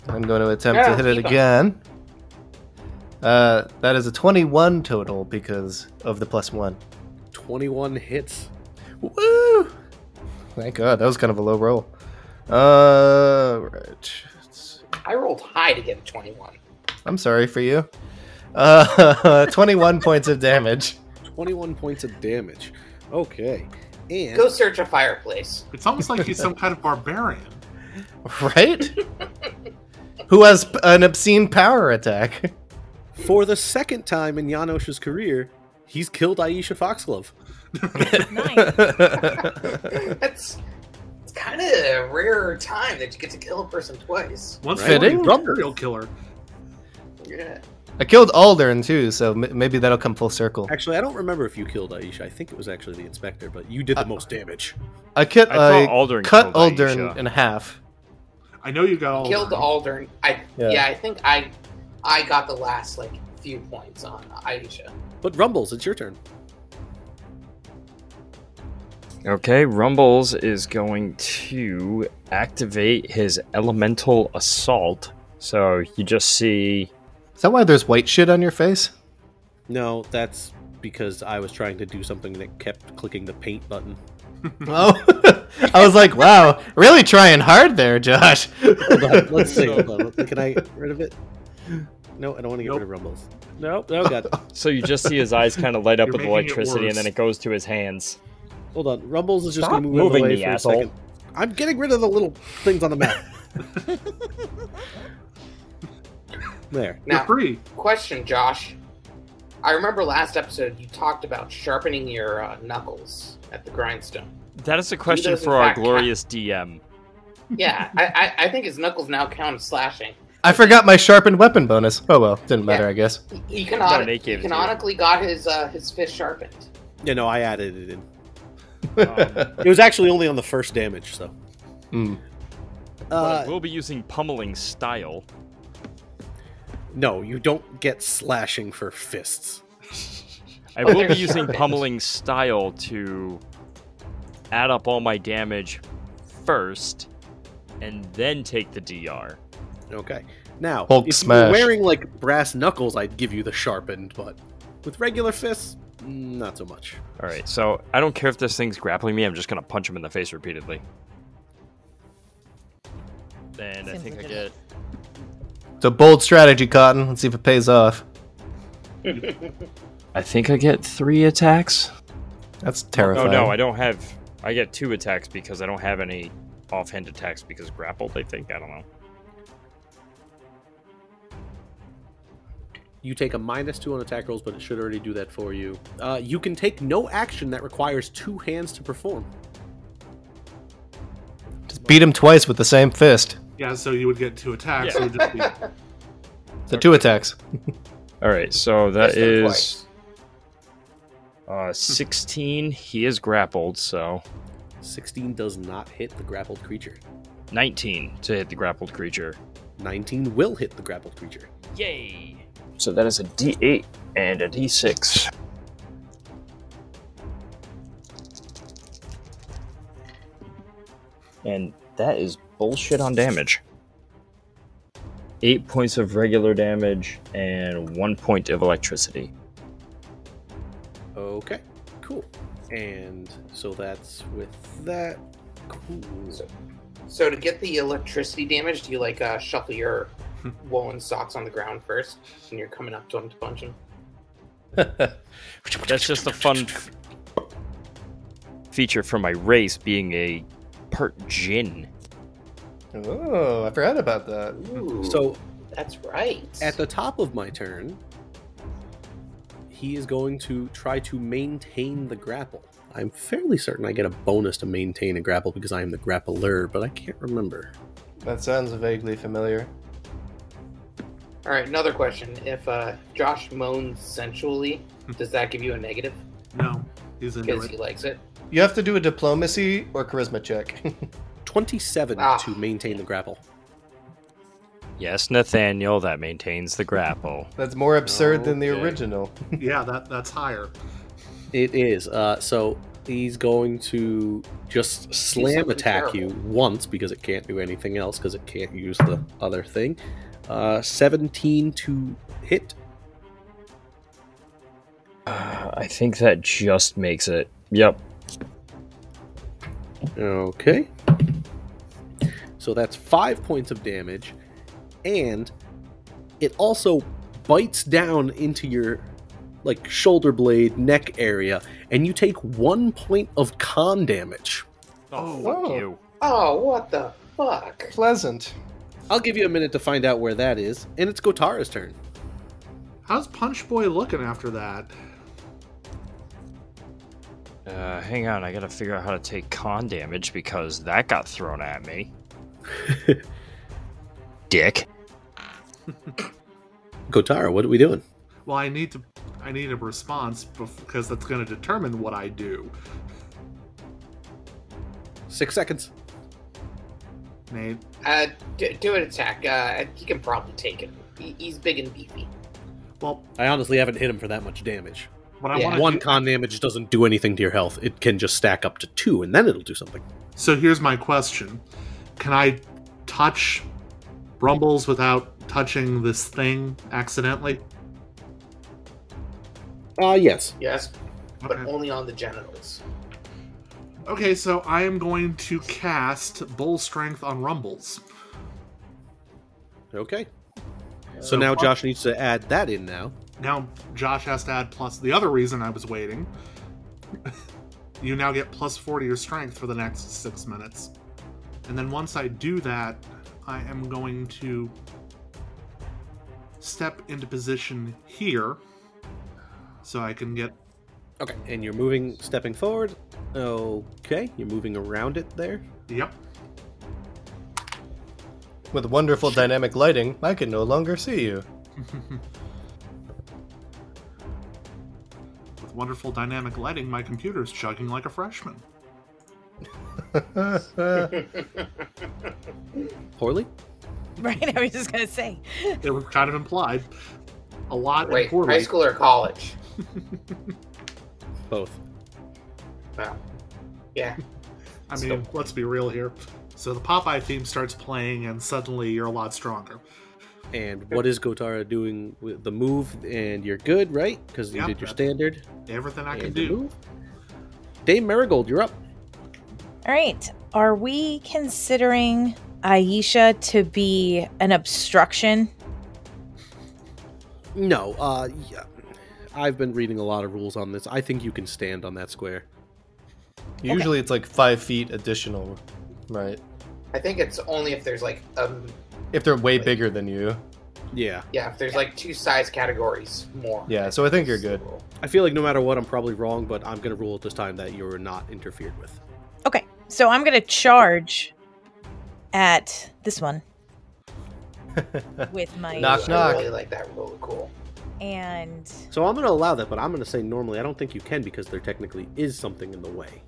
Speaker 2: I'm going to attempt
Speaker 6: Yeah,
Speaker 2: to hit it
Speaker 6: keep up.
Speaker 2: again. Uh, that is a 21 total because of the plus one.
Speaker 1: Twenty-one hits.
Speaker 2: Woo! Thank God, that was kind of a low roll. Uh, right. It's-
Speaker 6: I rolled high to get a 21.
Speaker 2: I'm sorry for you. Uh, 21 points of damage.
Speaker 1: Twenty-one points of damage. Okay. And
Speaker 6: Go search a fireplace.
Speaker 4: It's almost like he's some kind of barbarian.
Speaker 2: Right? Who has p- an obscene power attack?
Speaker 1: for the second time in Yanosh's career, he's killed Aisha Foxglove.
Speaker 5: Nice.
Speaker 6: That's it's kind of a rare time that you get to kill a person twice.
Speaker 4: Once
Speaker 2: Right.
Speaker 4: more, he's
Speaker 2: Fitting.
Speaker 4: a serial killer.
Speaker 6: Yeah.
Speaker 2: I killed Aldern too, so m- maybe that'll come full circle.
Speaker 1: Actually, I don't remember if you killed Aisha. I think it was actually the inspector, but you did the most damage.
Speaker 2: I, ki-
Speaker 7: I thought
Speaker 2: I
Speaker 7: Aldrin
Speaker 2: Uh, cut
Speaker 7: killed
Speaker 2: Aldern
Speaker 7: Aisha.
Speaker 2: in half.
Speaker 4: I know you got all
Speaker 6: Killed
Speaker 4: of them.
Speaker 6: Aldern. I
Speaker 2: Yeah.
Speaker 6: yeah. I think I I got the last like few points on Aisha.
Speaker 1: But Rumbles, it's your turn.
Speaker 3: Okay, Rumbles is going to activate his elemental assault. So you just see
Speaker 2: Is that why there's white shit on your face?
Speaker 1: No, that's because I was trying to do something that kept clicking the paint button.
Speaker 2: Oh, I was like, wow, really trying hard there, Josh.
Speaker 1: Hold on, let's see. Hold on. Can I get rid of it? No, I don't want to get rid of Rumbles. Nope. No, God.
Speaker 3: So you just see his eyes kind of light up
Speaker 4: You're
Speaker 3: with
Speaker 4: making it
Speaker 3: electricity, and then it
Speaker 4: worse.
Speaker 3: goes to his hands.
Speaker 1: Hold on. Rumbles is just
Speaker 3: Stop
Speaker 1: gonna move out of the
Speaker 3: moving
Speaker 1: way
Speaker 3: me,
Speaker 1: for a
Speaker 3: asshole.
Speaker 1: second. I'm getting rid of the little things on the map. there.
Speaker 4: You're
Speaker 6: Now,
Speaker 4: free.
Speaker 6: question, Josh. I remember last episode you talked about sharpening your uh, knuckles at the grindstone.
Speaker 3: That is a question
Speaker 6: does, in
Speaker 3: for our
Speaker 6: fact, have-
Speaker 3: glorious DM.
Speaker 6: Yeah, I, I, I think his knuckles now count as slashing.
Speaker 2: I forgot my sharpened weapon bonus. Oh well, didn't matter,
Speaker 6: Yeah.
Speaker 2: I guess.
Speaker 6: He, he,
Speaker 3: No,
Speaker 6: canon-
Speaker 3: Nate gave
Speaker 6: he
Speaker 3: it to you.
Speaker 6: canonically got his uh, his fist sharpened.
Speaker 1: You know, I added it in.
Speaker 3: Um,
Speaker 1: It was actually only on the first damage, so.
Speaker 2: Hmm.
Speaker 1: Uh,
Speaker 3: we'll be using pummeling style.
Speaker 1: no, you don't get slashing for fists.
Speaker 3: I will be
Speaker 6: there's
Speaker 3: using
Speaker 6: sharpness.
Speaker 3: pummeling style to add up all my damage first, and then take the DR.
Speaker 1: Okay. Now,
Speaker 2: Hulk
Speaker 1: if you
Speaker 2: smash.
Speaker 1: were wearing like brass knuckles, I'd give you the sharpened, but with regular fists, mm, not so much.
Speaker 3: All right. So I don't care if this thing's grappling me. I'm just gonna punch him in the face repeatedly. And I
Speaker 5: Seems
Speaker 3: think I get
Speaker 5: legitimate.
Speaker 2: It's a bold strategy, Cotton. Let's see if it pays off.
Speaker 3: I think I get three attacks.
Speaker 2: That's terrifying.
Speaker 3: Oh no, I don't have. I get two attacks because I don't have any offhand attacks because grappled. I think I don't know.
Speaker 1: You take a minus two on attack rolls, but it should already do that for you. Uh, you can take no action that requires two hands to perform.
Speaker 2: Just beat him twice with the same fist.
Speaker 4: Yeah, so you would get two attacks. It would just be
Speaker 2: So two attacks.
Speaker 3: All right, so that
Speaker 6: Just hit him
Speaker 3: is uh, sixteen. he is grappled, so
Speaker 1: 16 does not hit the grappled creature.
Speaker 3: nineteen to hit the grappled creature.
Speaker 1: 19 will hit the grappled creature.
Speaker 3: Yay! So that is a D eight and a D six. And that is bullshit on damage. Eight points of regular damage and one point of electricity.
Speaker 1: Okay. Cool. And so that's with that. Cool.
Speaker 6: So- So to get the electricity damage, do you like uh, shuffle your woolen socks on the ground first, and you're coming up to him to punch him?
Speaker 3: That's just a fun f- feature for my race being a part Jin.
Speaker 2: Oh, I forgot about that.
Speaker 6: Ooh,
Speaker 1: So
Speaker 6: that's right.
Speaker 1: at the top of my turn, he is going to try to maintain the grapple. I'm fairly certain I get a bonus to maintain a grapple because I am the grappler, but I can't remember.
Speaker 2: That sounds vaguely familiar.
Speaker 6: All right, another question: If uh, Josh moans sensually, does that give you a negative
Speaker 4: No, he's into
Speaker 6: because he
Speaker 4: it.
Speaker 6: likes it?
Speaker 2: You have to do a diplomacy or charisma check.
Speaker 1: 27
Speaker 6: Ah.
Speaker 1: to maintain the grapple.
Speaker 3: Yes, Nathaniel, that maintains the grapple.
Speaker 2: That's more absurd than the
Speaker 3: Okay.
Speaker 2: original.
Speaker 4: Yeah, that that's higher.
Speaker 1: It is. Uh, so he's going to just slam
Speaker 6: something
Speaker 1: attack you
Speaker 6: terrible.
Speaker 1: once because it can't do anything else because it can't use the other thing. Uh, 17 to hit.
Speaker 3: Uh, I think that just makes it. Yep.
Speaker 1: Okay. So that's five points of damage, and it also bites down into your like shoulder blade, neck area, and you take one point of con damage.
Speaker 4: Oh,
Speaker 2: fuck
Speaker 3: Ew.
Speaker 2: you.
Speaker 6: Oh, what the fuck!
Speaker 2: Pleasant.
Speaker 1: I'll give you a minute to find out where that is, and it's Gotara's turn.
Speaker 4: how's Punch Boy looking after that?
Speaker 3: Uh, hang on, I gotta figure out how to take con damage because that got thrown at me. Dick.
Speaker 1: Gotara, what are we doing?
Speaker 4: Well, I need to I need a response bef- because that's going to determine what I do.
Speaker 1: Six seconds.
Speaker 4: Nate,
Speaker 6: Uh, do, do an attack. Uh, he can probably take it. He, he's big and beefy.
Speaker 4: well,
Speaker 1: I honestly haven't hit him for that much damage.
Speaker 4: what I
Speaker 6: Yeah.
Speaker 4: want to
Speaker 1: One con damage doesn't do anything to your health. It can just stack up to two, and then it'll do something.
Speaker 4: So here's my question: Can I touch Rumbles without touching this thing accidentally?
Speaker 1: Uh, yes.
Speaker 6: Yes, but
Speaker 4: Okay.
Speaker 6: only on the genitals.
Speaker 4: Okay, so I am going to cast Bull Strength on Rumbles.
Speaker 1: Okay. So
Speaker 4: Uh,
Speaker 1: now Josh needs to add that in now.
Speaker 4: Now Josh has to add plus the other reason I was waiting. you now get plus four to your strength for the next six minutes. And then once I do that, I am going to step into position here so I can get
Speaker 1: Okay. And you're moving, stepping forward. Okay. You're moving around it there.
Speaker 4: yep.
Speaker 2: With wonderful dynamic lighting, I can no longer see you.
Speaker 4: With wonderful dynamic lighting, my computer's chugging like a freshman.
Speaker 6: Hmm.
Speaker 1: Poorly.
Speaker 5: Right, I was just gonna say.
Speaker 4: It was kind of implied. A lot and
Speaker 6: Wait,
Speaker 4: poorly.
Speaker 6: high school or college?
Speaker 1: Both.
Speaker 6: Wow. Yeah.
Speaker 4: I mean, let's be real here. So the Popeye theme starts playing, and suddenly you're a lot stronger.
Speaker 1: And what is Gotara doing with the move? And you're good, right? Because you
Speaker 4: Yeah.
Speaker 1: did your standard.
Speaker 4: Everything I can
Speaker 1: and the
Speaker 4: do.
Speaker 1: move. Dame Marigold, you're up.
Speaker 5: All right. Are we considering Aisha to be an obstruction?
Speaker 1: No, uh, yeah. I've been reading a lot of rules on this. I think you can stand on that square.
Speaker 2: Usually it's like five feet additional, right?
Speaker 6: I think it's only if there's like um
Speaker 2: If they're way bigger than you.
Speaker 1: Yeah.
Speaker 6: yeah if there's like two size categories more.
Speaker 2: Yeah, so I think you're good.
Speaker 1: I feel like no matter what, I'm probably wrong, but I'm going to rule at this time that you're not interfered with.
Speaker 5: Okay, so I'm gonna charge at this one with my
Speaker 2: Knock,
Speaker 6: I
Speaker 2: knock.
Speaker 6: really like that rule. Cool.
Speaker 5: and
Speaker 1: So I'm going to allow that, but I'm going to say normally I don't think you can because there technically is something in the way.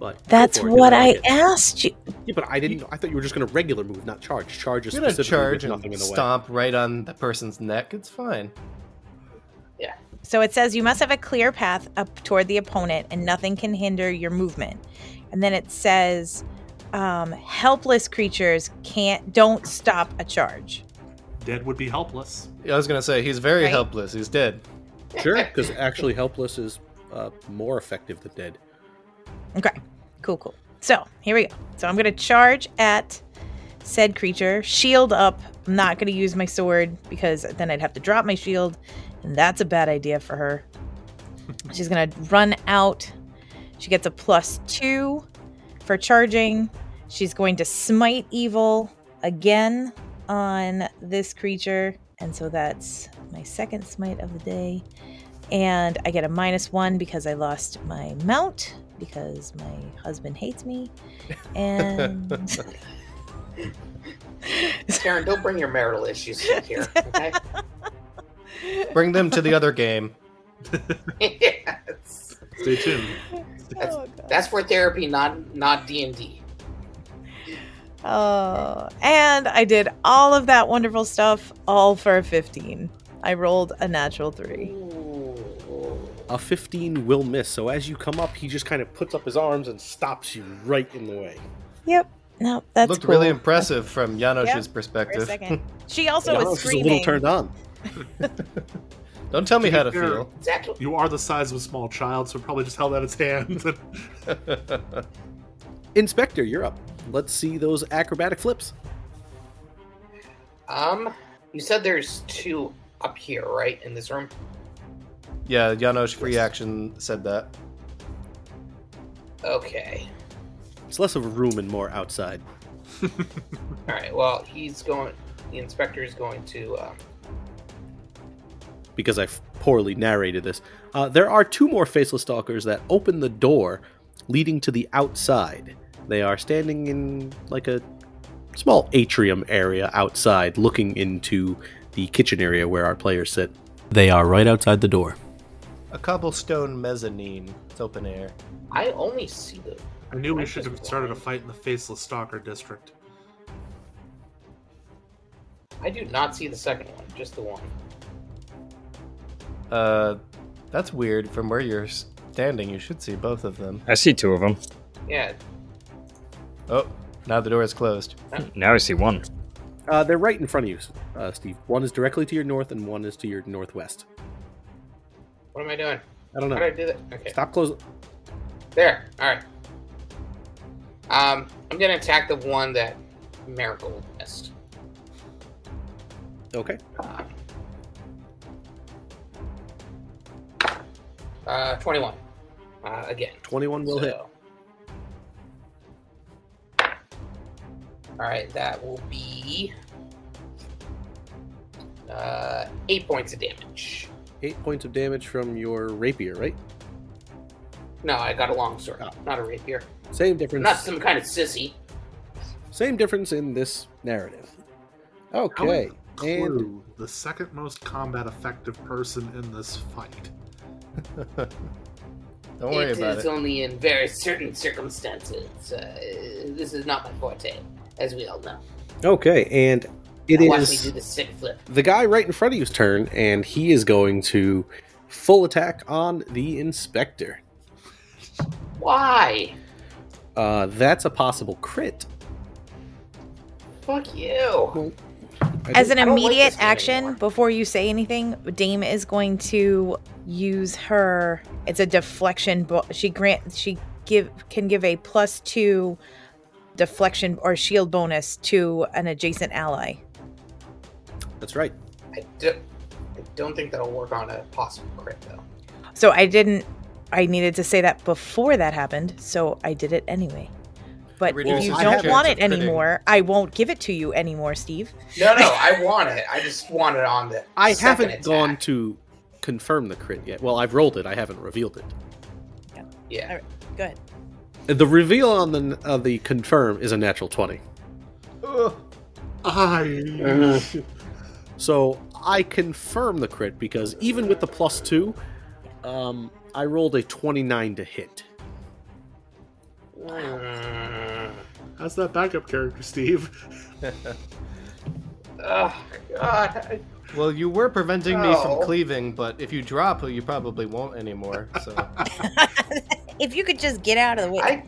Speaker 1: But go
Speaker 5: that's
Speaker 1: for it,
Speaker 5: what
Speaker 1: 'cause
Speaker 5: I
Speaker 1: like it.
Speaker 5: asked you.
Speaker 1: Yeah, but I didn't. I thought you were just going to regular move, not charge. Charge is
Speaker 2: You're gonna
Speaker 1: specifically
Speaker 2: charge
Speaker 1: with nothing
Speaker 2: and
Speaker 1: in the
Speaker 2: stomp right on the person's neck. It's fine.
Speaker 5: So it says you must have a clear path up toward the opponent, and nothing can hinder your movement. And then it says um, helpless creatures can't don't stop a charge.
Speaker 4: Dead would be helpless.
Speaker 2: I was gonna say he's very
Speaker 5: Right.
Speaker 2: helpless. He's dead.
Speaker 1: way. Sure, because actually helpless is uh, more effective than dead.
Speaker 5: Okay. Cool, cool. So here we go. So I'm gonna charge at said creature, shield up. I'm not gonna use my sword because then I'd have to drop my shield, and that's a bad idea for her. She's gonna run out. She gets a plus two for charging. She's going to smite evil again on this creature. And so that's my second smite of the day. And I get a minus one because I lost my mount because my husband hates me. And
Speaker 6: Karen, don't bring your marital issues in here, okay?
Speaker 2: Bring them to the other game.
Speaker 6: yes.
Speaker 4: Stay tuned.
Speaker 5: Oh, God.
Speaker 6: That's for therapy, not not D and D.
Speaker 5: Oh, and I did all of that wonderful stuff all for a 15. I rolled a natural three.
Speaker 1: A 15 will miss, so as you come up, he just kind of puts up his arms and stops you right in the way.
Speaker 5: Yep. No, that's
Speaker 2: Looked
Speaker 5: cool.
Speaker 2: really impressive from Janosch's
Speaker 5: Yeah, For a
Speaker 2: perspective.
Speaker 5: second. She also
Speaker 1: Giannis
Speaker 5: was
Speaker 1: is a
Speaker 5: screaming.
Speaker 1: little turned on.
Speaker 2: Don't tell me
Speaker 4: To
Speaker 2: how
Speaker 4: be
Speaker 2: to
Speaker 4: fair,
Speaker 2: feel.
Speaker 6: Exactly.
Speaker 4: You are the size of a small child, so it probably just held out its hand.
Speaker 1: Inspector, you're up. Let's see those acrobatic flips.
Speaker 6: Um, you said there's two up here, right, in this room.
Speaker 2: yeah, Janosch free action said that.
Speaker 6: Okay.
Speaker 1: It's less of a room and more outside.
Speaker 6: All right. Well, he's going. The inspector is going to. Um,
Speaker 1: because I've poorly narrated this. Uh, there are two more faceless stalkers that open the door leading to the outside. They are standing in like a small atrium area outside, looking into the kitchen area where our players sit. They are right outside the door.
Speaker 2: A cobblestone mezzanine. It's open air.
Speaker 6: I only see the.
Speaker 4: I knew we
Speaker 6: Mike
Speaker 4: should
Speaker 6: is
Speaker 4: have started a
Speaker 6: blind.
Speaker 4: fight in the Faceless Stalker District.
Speaker 6: I do not see the second one. Just the one.
Speaker 2: Uh, that's weird. From where you're standing, you should see both of them.
Speaker 3: I see two of them.
Speaker 6: Yeah.
Speaker 2: Oh, now the door is closed.
Speaker 3: Now I see one.
Speaker 1: Uh, they're right in front of you, uh, Steve. One is directly to your north, and one is to your northwest.
Speaker 6: What am I doing?
Speaker 1: I don't
Speaker 6: How did I
Speaker 1: know.
Speaker 6: do that? Okay.
Speaker 1: Stop closing.
Speaker 6: There. All right. Um, I'm gonna attack the one that Miracle missed.
Speaker 1: Okay.
Speaker 6: Uh, 21. Uh, again.
Speaker 1: 21 will hit.
Speaker 6: All right, that will be uh, eight points of damage.
Speaker 1: Eight points of damage from your rapier, right?
Speaker 6: No, I got a long sword,
Speaker 1: Oh.
Speaker 6: not a rapier.
Speaker 1: Same
Speaker 6: I'm
Speaker 1: difference.
Speaker 6: not some kind of sissy.
Speaker 1: Same difference in this narrative. Okay.
Speaker 4: How is
Speaker 1: And
Speaker 4: Clue, the second most combat effective person in this fight.
Speaker 2: Don't worry
Speaker 6: It
Speaker 2: about
Speaker 6: is
Speaker 2: it.
Speaker 6: only in very certain circumstances. Uh, this is not my forte, as we all know.
Speaker 1: okay, and it
Speaker 6: Now Watch me do
Speaker 1: is
Speaker 6: the sick flip.
Speaker 1: the guy right in front of you's turn, and he is going to full attack on the inspector.
Speaker 6: Why?
Speaker 1: Uh, that's a possible crit.
Speaker 6: Fuck you.
Speaker 5: As an
Speaker 6: I don't like
Speaker 5: immediate
Speaker 6: this game
Speaker 5: action,
Speaker 6: anymore.
Speaker 5: before you say anything, Dame is going to use her. It's a deflection. Bo- she grant she give can give a plus two deflection or shield bonus to an adjacent ally.
Speaker 1: That's right.
Speaker 6: I, do, I don't think that'll work on a possible crit, though.
Speaker 5: So I didn't. I needed to say that before that happened, so I did it anyway. But if
Speaker 2: Reduces
Speaker 5: you
Speaker 1: your
Speaker 5: don't
Speaker 1: chance
Speaker 5: want
Speaker 2: of
Speaker 5: it
Speaker 2: critting.
Speaker 5: anymore, I won't give it to you anymore, Steve.
Speaker 6: No, no, I want it. I just want it on the.
Speaker 1: I
Speaker 6: second
Speaker 1: haven't gone
Speaker 6: attack.
Speaker 1: to confirm the crit yet. Well, I've rolled it. I haven't revealed it.
Speaker 6: Yeah.
Speaker 5: Go ahead.
Speaker 1: The reveal on the uh, the confirm is a natural twenty.
Speaker 2: Ugh.
Speaker 4: I.
Speaker 1: So I confirm the crit because even with the plus two, um, I rolled a twenty-nine to hit.
Speaker 6: Mm.
Speaker 4: How's that backup character, Steve?
Speaker 6: Oh, God.
Speaker 2: Well, you were preventing me from
Speaker 6: No.
Speaker 2: cleaving, but if you drop, you probably won't anymore. So
Speaker 5: If you could just get out of the way.
Speaker 6: I,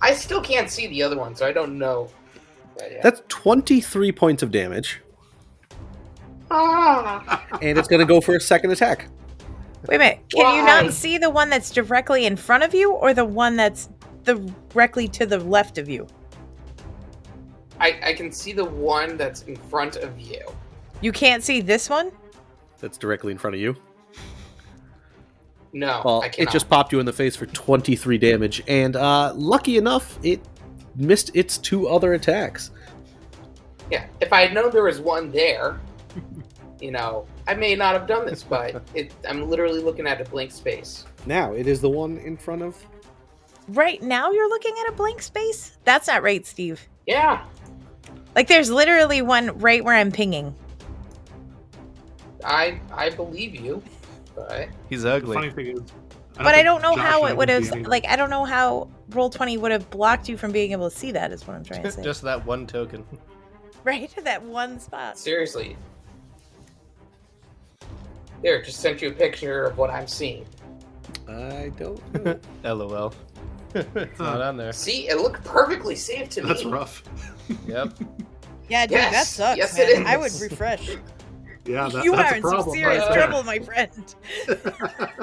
Speaker 6: I still can't see the other one, so I don't know. But, yeah.
Speaker 1: That's 23 points of damage,
Speaker 6: Ah.
Speaker 1: and it's going to go for a second attack.
Speaker 5: Wait a minute. Can you
Speaker 6: Why?
Speaker 5: not see the one that's directly in front of you or the one that's directly to the left of you?
Speaker 6: I, I can see the one that's in front of you.
Speaker 5: You can't see this one?
Speaker 1: That's directly in front of you.
Speaker 6: No,
Speaker 1: Well,
Speaker 6: I
Speaker 1: it
Speaker 6: cannot.
Speaker 1: just popped you in the face for 23 damage, and uh, lucky enough, it missed its two other attacks.
Speaker 6: Yeah, if I had known there was one there, you know, I may not have done this, but it, I'm literally looking at a blank space.
Speaker 1: Now it is the one in front of.
Speaker 5: Right now you're looking at a blank space? That's not right, Steve.
Speaker 6: Yeah,
Speaker 5: Like there's literally one right where I'm pinging.
Speaker 6: I I believe you, but
Speaker 2: He's
Speaker 4: The funny
Speaker 2: ugly.
Speaker 4: thing is,
Speaker 5: but I
Speaker 4: think
Speaker 5: don't know
Speaker 4: Josh
Speaker 5: how
Speaker 4: and I
Speaker 5: it would have
Speaker 4: be angry.
Speaker 5: like I don't know how roll 20 would have blocked you from being able to see that is what I'm trying to say.
Speaker 2: Just that one token.
Speaker 5: right at that one spot.
Speaker 6: seriously, there just sent you a picture of what I'm seeing.
Speaker 1: I don't. Know.
Speaker 2: LOL. it's not on there.
Speaker 6: See, it looked perfectly safe to me.
Speaker 4: That's rough.
Speaker 2: Yep.
Speaker 5: Yeah, dude, that
Speaker 6: Yes.
Speaker 5: sucks.
Speaker 6: Yes,
Speaker 5: man.
Speaker 6: it
Speaker 5: I would
Speaker 6: is.
Speaker 5: refresh.
Speaker 4: Yeah, that,
Speaker 5: you
Speaker 4: that's
Speaker 5: are
Speaker 4: a
Speaker 5: in
Speaker 4: problem.
Speaker 5: some serious
Speaker 4: right there.
Speaker 5: trouble, my friend.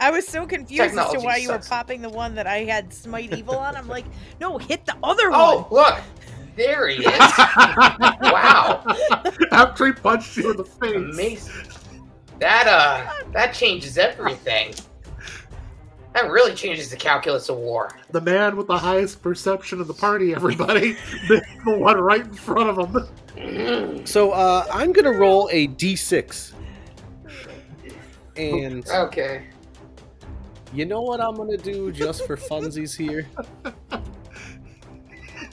Speaker 5: I was so confused as
Speaker 6: Technology
Speaker 5: to why you were
Speaker 6: sucks.
Speaker 5: popping the one that I had Smite Evil on. I'm like, no, hit the other one.
Speaker 6: Oh, look, there he is! wow,
Speaker 4: After he punched you in the face.
Speaker 6: amazing. That uh, that changes everything. That really changes the calculus of war.
Speaker 4: The man with the highest perception of the party, everybody. the the one right in front of him.
Speaker 1: so uh, I'm gonna roll a d6, and
Speaker 6: Okay.
Speaker 1: you know what I'm gonna do just for funsies here?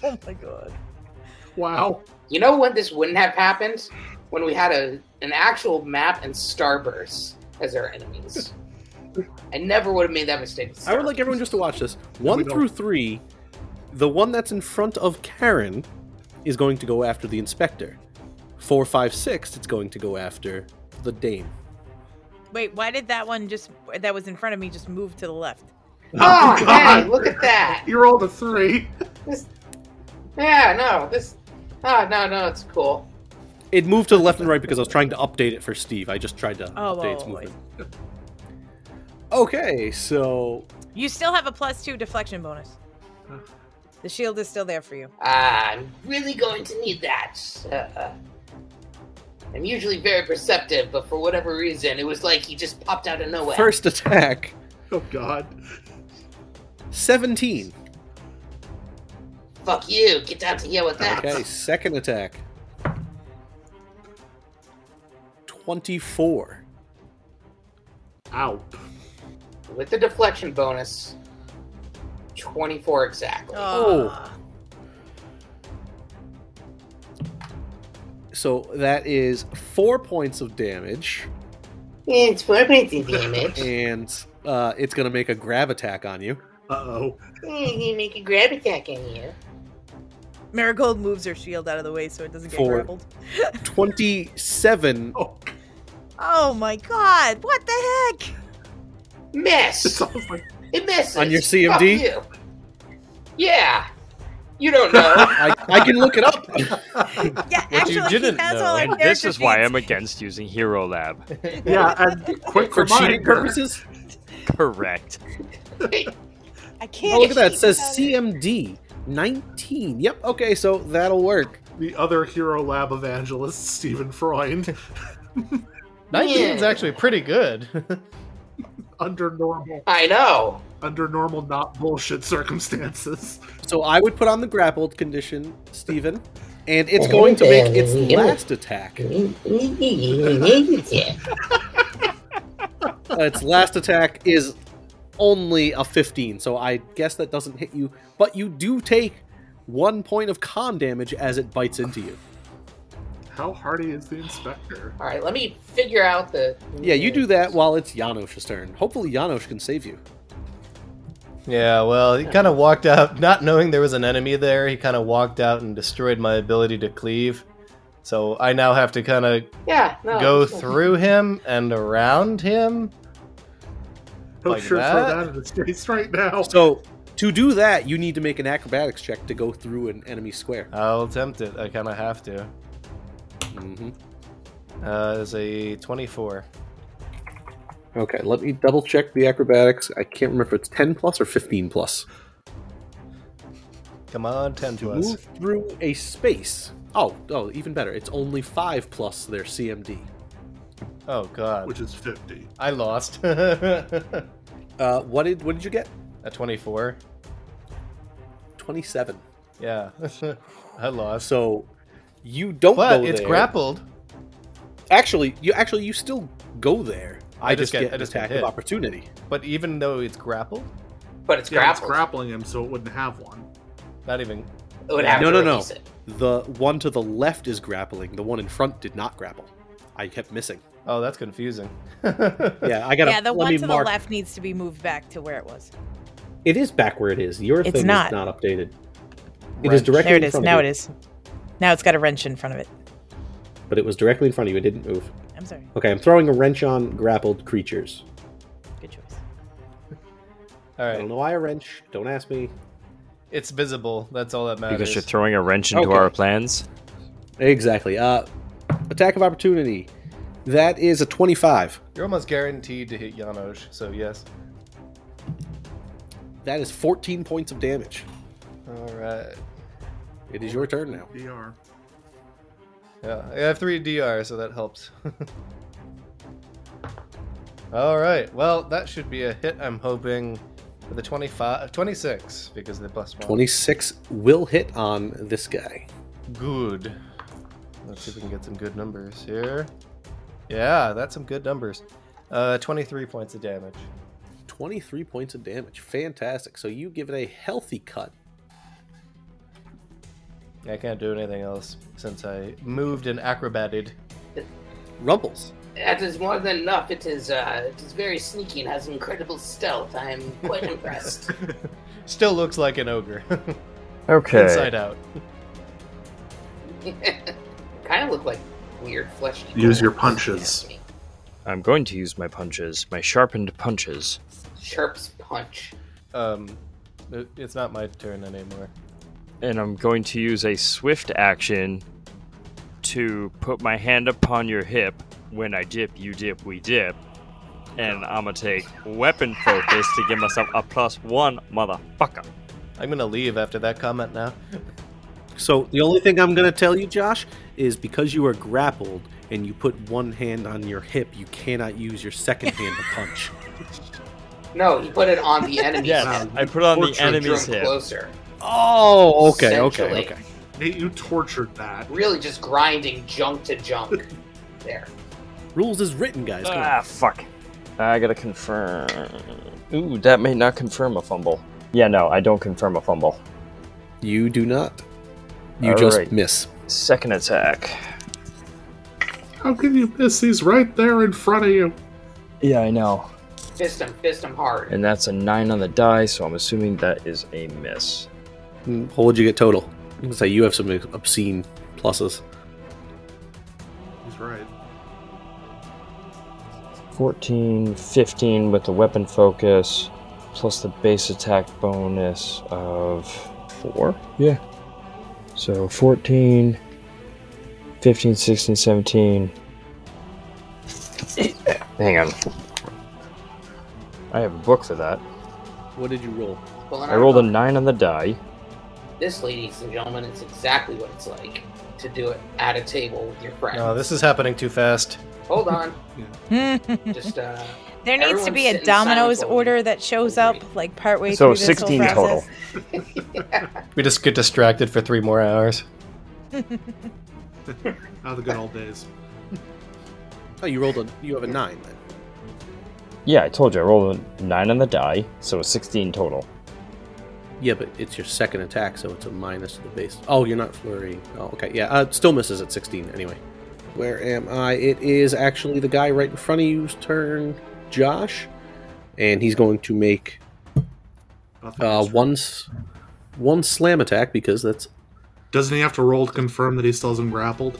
Speaker 5: Oh my god.
Speaker 4: Wow.
Speaker 6: You know when this wouldn't have happened? When we had a an actual map and starburst as our enemies. I never would have made that mistake. with
Speaker 1: I would like
Speaker 6: Starburst.
Speaker 1: everyone just to watch this. One
Speaker 4: don't.
Speaker 1: through three, the one that's in front of Karen is going to go after the inspector. Four, five, six, it's going to go after the dame.
Speaker 5: Wait, why did that one just that was in front of me just move to the left?
Speaker 6: Oh,
Speaker 4: Oh,
Speaker 6: hey,
Speaker 4: God.
Speaker 6: look at that!
Speaker 4: You rolled a three.
Speaker 6: Yeah, no, this. Ah, no, no, it's cool.
Speaker 1: It moved to the left and right because I was trying to update it for Steve. I just tried to
Speaker 5: Oh,
Speaker 1: update its
Speaker 5: oh,
Speaker 1: movement. Okay, so
Speaker 5: You still have a plus two deflection bonus. The shield is still there for you.
Speaker 6: Ah, I'm really going to need that. Uh, I'm usually very perceptive, but for whatever reason, it was like he just popped out of nowhere.
Speaker 1: first attack
Speaker 4: Oh, God.
Speaker 1: 17.
Speaker 6: Fuck you! Get down to here with that.
Speaker 1: Okay, second attack 24.
Speaker 4: Ow.
Speaker 6: With the deflection bonus, twenty-four exactly.
Speaker 1: Oh.
Speaker 5: Ah.
Speaker 1: So that is four points of damage,
Speaker 6: It's four points of damage.
Speaker 1: and uh, it's going to make a grab attack on you.
Speaker 4: Uh oh.
Speaker 6: you make a grab attack on you.
Speaker 5: Marigold moves her shield out of the way so it doesn't get
Speaker 1: Forward.
Speaker 5: grappled.
Speaker 1: 27.
Speaker 4: Oh,
Speaker 5: Oh my god, what the heck?
Speaker 4: it's
Speaker 6: Miss!
Speaker 4: almost like
Speaker 6: It misses!
Speaker 1: On your CMD?
Speaker 6: Fuck you. Yeah. You don't know.
Speaker 1: I, I can look it up.
Speaker 5: Yeah, actually
Speaker 2: didn't
Speaker 5: he has
Speaker 2: know,
Speaker 5: all our
Speaker 2: and
Speaker 5: character
Speaker 7: This is why
Speaker 5: sheets.
Speaker 7: I'm against using Hero Lab.
Speaker 4: yeah, and quick
Speaker 1: For cheating
Speaker 4: reminder.
Speaker 1: purposes?
Speaker 7: Correct.
Speaker 5: I
Speaker 1: Oh,
Speaker 5: can't
Speaker 1: look at that. It
Speaker 5: cheat
Speaker 1: says
Speaker 5: without
Speaker 1: CMD 19. Yep, okay, so that'll work.
Speaker 4: The other Hero Lab evangelist, Stephen Freund,
Speaker 2: 19 is actually pretty good.
Speaker 4: under normal,
Speaker 6: I know.
Speaker 4: under normal, not bullshit circumstances.
Speaker 1: So I would put on the grappled condition, Steven, and it's going to make its last attack. Uh, its last attack is only a 15, so I guess that doesn't hit you, but you do take one point of con damage as it bites into you.
Speaker 4: How hardy is the inspector?
Speaker 6: Alright, let me figure out the.
Speaker 1: Yeah, you do that while it's Janosch's turn. Hopefully, Janosch can save you.
Speaker 2: yeah, well, he kind of walked out, not knowing there was an enemy there. He kind of walked out and destroyed my ability to cleave. So I now have to kind of
Speaker 6: Yeah, no.
Speaker 2: go
Speaker 6: it's fine.
Speaker 2: through him and around him.
Speaker 4: He'll
Speaker 2: Like
Speaker 4: sure
Speaker 2: that?
Speaker 4: throw that in his face right now.
Speaker 1: So, to do that, you need to make an acrobatics check to go through an enemy square.
Speaker 2: I'll attempt it. I kind of have to.
Speaker 1: hmm
Speaker 2: Uh, is a 24.
Speaker 1: Okay, let me double check the acrobatics. I can't remember if it's 10 plus or 15 plus.
Speaker 2: Come on, 10
Speaker 1: To
Speaker 2: plus.
Speaker 1: move through a space. Oh, oh, even better. It's only 5 plus their CMD.
Speaker 2: Oh, God.
Speaker 4: which is 50.
Speaker 2: I lost. a
Speaker 1: Uh, what did what did you get?
Speaker 2: 24.
Speaker 1: 27.
Speaker 2: Yeah. I lost.
Speaker 1: So you don't
Speaker 2: But
Speaker 1: go
Speaker 2: it's
Speaker 1: there.
Speaker 2: grappled.
Speaker 1: Actually, you actually you still go there.
Speaker 2: I
Speaker 1: I,
Speaker 2: just
Speaker 1: just
Speaker 2: get-
Speaker 1: get,
Speaker 2: I
Speaker 1: an
Speaker 2: just get
Speaker 1: attack of
Speaker 2: hit.
Speaker 1: opportunity.
Speaker 2: But even though it's grappled,
Speaker 6: But it's
Speaker 4: Yeah, it's
Speaker 6: grappled.
Speaker 4: grappling him, so it wouldn't have one.
Speaker 2: not even.
Speaker 6: It would have
Speaker 1: No,
Speaker 6: to
Speaker 1: no, no.
Speaker 6: release it.
Speaker 1: The one to the left is grappling. The one in front did not grapple. I kept missing.
Speaker 2: Oh, that's confusing.
Speaker 1: Yeah, I gotta.
Speaker 5: yeah, the
Speaker 1: let
Speaker 5: one
Speaker 1: me
Speaker 5: to
Speaker 1: mark.
Speaker 5: the left needs to be moved back to where it was.
Speaker 1: It is back where it is. Your
Speaker 5: It's
Speaker 1: thing
Speaker 5: not.
Speaker 1: is not updated. It is directly
Speaker 5: There it
Speaker 1: in
Speaker 5: is.
Speaker 1: front of
Speaker 5: Now it
Speaker 1: you,
Speaker 5: is. Now it's got a wrench in front of it.
Speaker 1: but it was directly in front of you. It didn't move.
Speaker 5: I'm sorry.
Speaker 1: Okay, I'm throwing a wrench on grappled creatures.
Speaker 5: Good choice.
Speaker 2: All
Speaker 1: I don't
Speaker 2: right.
Speaker 1: know why a wrench. Don't ask me.
Speaker 2: It's visible. That's all that matters.
Speaker 3: because you're throwing a wrench into
Speaker 1: Okay.
Speaker 3: our plans.
Speaker 1: Exactly. Uh, attack of opportunity. That is a 25.
Speaker 2: You're almost guaranteed to hit Yanosh, so yes.
Speaker 1: That is 14 points of damage.
Speaker 2: All right.
Speaker 1: It is your turn now.
Speaker 4: DR.
Speaker 2: Yeah, I have three DR, so that helps. All right. Well, that should be a hit. I'm hoping for the 25, 26 because they plus one.
Speaker 1: 26 will hit on this guy.
Speaker 2: Good. Let's see if we can get some good numbers here. Yeah, that's some good numbers. Uh, 23 points of damage.
Speaker 1: 23 points of damage. Fantastic. So you give it a healthy cut.
Speaker 2: I can't do anything else since I moved and acrobated.
Speaker 1: Rumbles.
Speaker 6: That is more than enough. It is uh, it is very sneaky and has incredible stealth. I am quite impressed.
Speaker 2: Still looks like an ogre.
Speaker 3: Okay.
Speaker 2: Inside out.
Speaker 6: kind of look like weird fleshy.
Speaker 4: Use your
Speaker 6: balls.
Speaker 4: punches.
Speaker 3: I'm going to use my punches, my sharpened punches.
Speaker 6: Sharp's punch.
Speaker 2: Um, it- it's not my turn anymore.
Speaker 3: And I'm going to use a swift action to put my hand upon your hip. When I dip, you dip, we dip. And I'm going to take weapon focus to give myself a plus one, motherfucker.
Speaker 2: I'm gonna leave after that comment now.
Speaker 1: So the only thing I'm going to tell you, Josh, is because you are grappled and you put one hand on your hip, you cannot use your second hand to punch.
Speaker 6: No, he put it on the enemy's
Speaker 3: Yes,
Speaker 6: head.
Speaker 3: I put on
Speaker 6: Or
Speaker 3: the
Speaker 6: drew him
Speaker 3: enemy's hip.
Speaker 6: closer.
Speaker 1: Oh, okay, okay,
Speaker 6: Essentially.
Speaker 1: okay.
Speaker 4: Nate, you tortured that.
Speaker 6: Really, just grinding junk to junk. there.
Speaker 1: Rules is written, guys. Come on.
Speaker 3: Ah, fuck. I gotta confirm. Ooh, that may not confirm a fumble. Yeah, no, I don't confirm a fumble.
Speaker 1: You do not. You
Speaker 3: All
Speaker 1: just
Speaker 3: right.
Speaker 1: miss.
Speaker 3: Second attack.
Speaker 4: How can you miss? He's right there in front of you.
Speaker 3: Yeah, I know.
Speaker 6: Fist him, fist him hard.
Speaker 3: And that's a nine on the die, so I'm assuming that is a miss.
Speaker 1: Mm, What would you get total? I'm gonna say you have some obscene pluses.
Speaker 4: He's right.
Speaker 3: 14, 15 with the weapon focus, plus the base attack bonus of 4? Yeah. So 14, 15, 16, 17. Hang on. I have a book for that.
Speaker 1: What did you roll?
Speaker 6: Pulling
Speaker 3: I
Speaker 6: out
Speaker 3: rolled a
Speaker 6: all-
Speaker 3: 9 on the die.
Speaker 6: This, ladies and gentlemen, is exactly what it's like to do it at a table with your friends.
Speaker 2: No, Oh, this is happening too fast.
Speaker 6: Hold on.
Speaker 5: there
Speaker 6: Just, uh,
Speaker 5: needs to
Speaker 6: Everyone
Speaker 5: be
Speaker 6: sit
Speaker 5: a
Speaker 6: in silence
Speaker 5: dominoes
Speaker 6: while we-
Speaker 5: order that shows up like partway
Speaker 3: So
Speaker 5: through this
Speaker 3: 16
Speaker 5: whole
Speaker 3: total.
Speaker 5: process.
Speaker 2: We just get distracted for three more hours.
Speaker 4: Now the good old days.
Speaker 1: Oh, you rolled a. You have a nine then.
Speaker 3: Yeah, I told you I rolled a 9 on the die, so a 16 total.
Speaker 1: Yeah, but it's your second attack, so it's a minus to the base. Oh, you're not flurrying. Oh, okay. Yeah, uh, it still misses at 16 anyway. Where am I? It is actually the guy right in front of you's turn, Josh, and he's going to make
Speaker 4: Nothing
Speaker 1: uh,
Speaker 4: is-
Speaker 1: one s- one slam attack because that's
Speaker 4: Doesn't he have to roll to confirm that he still isn't grappled?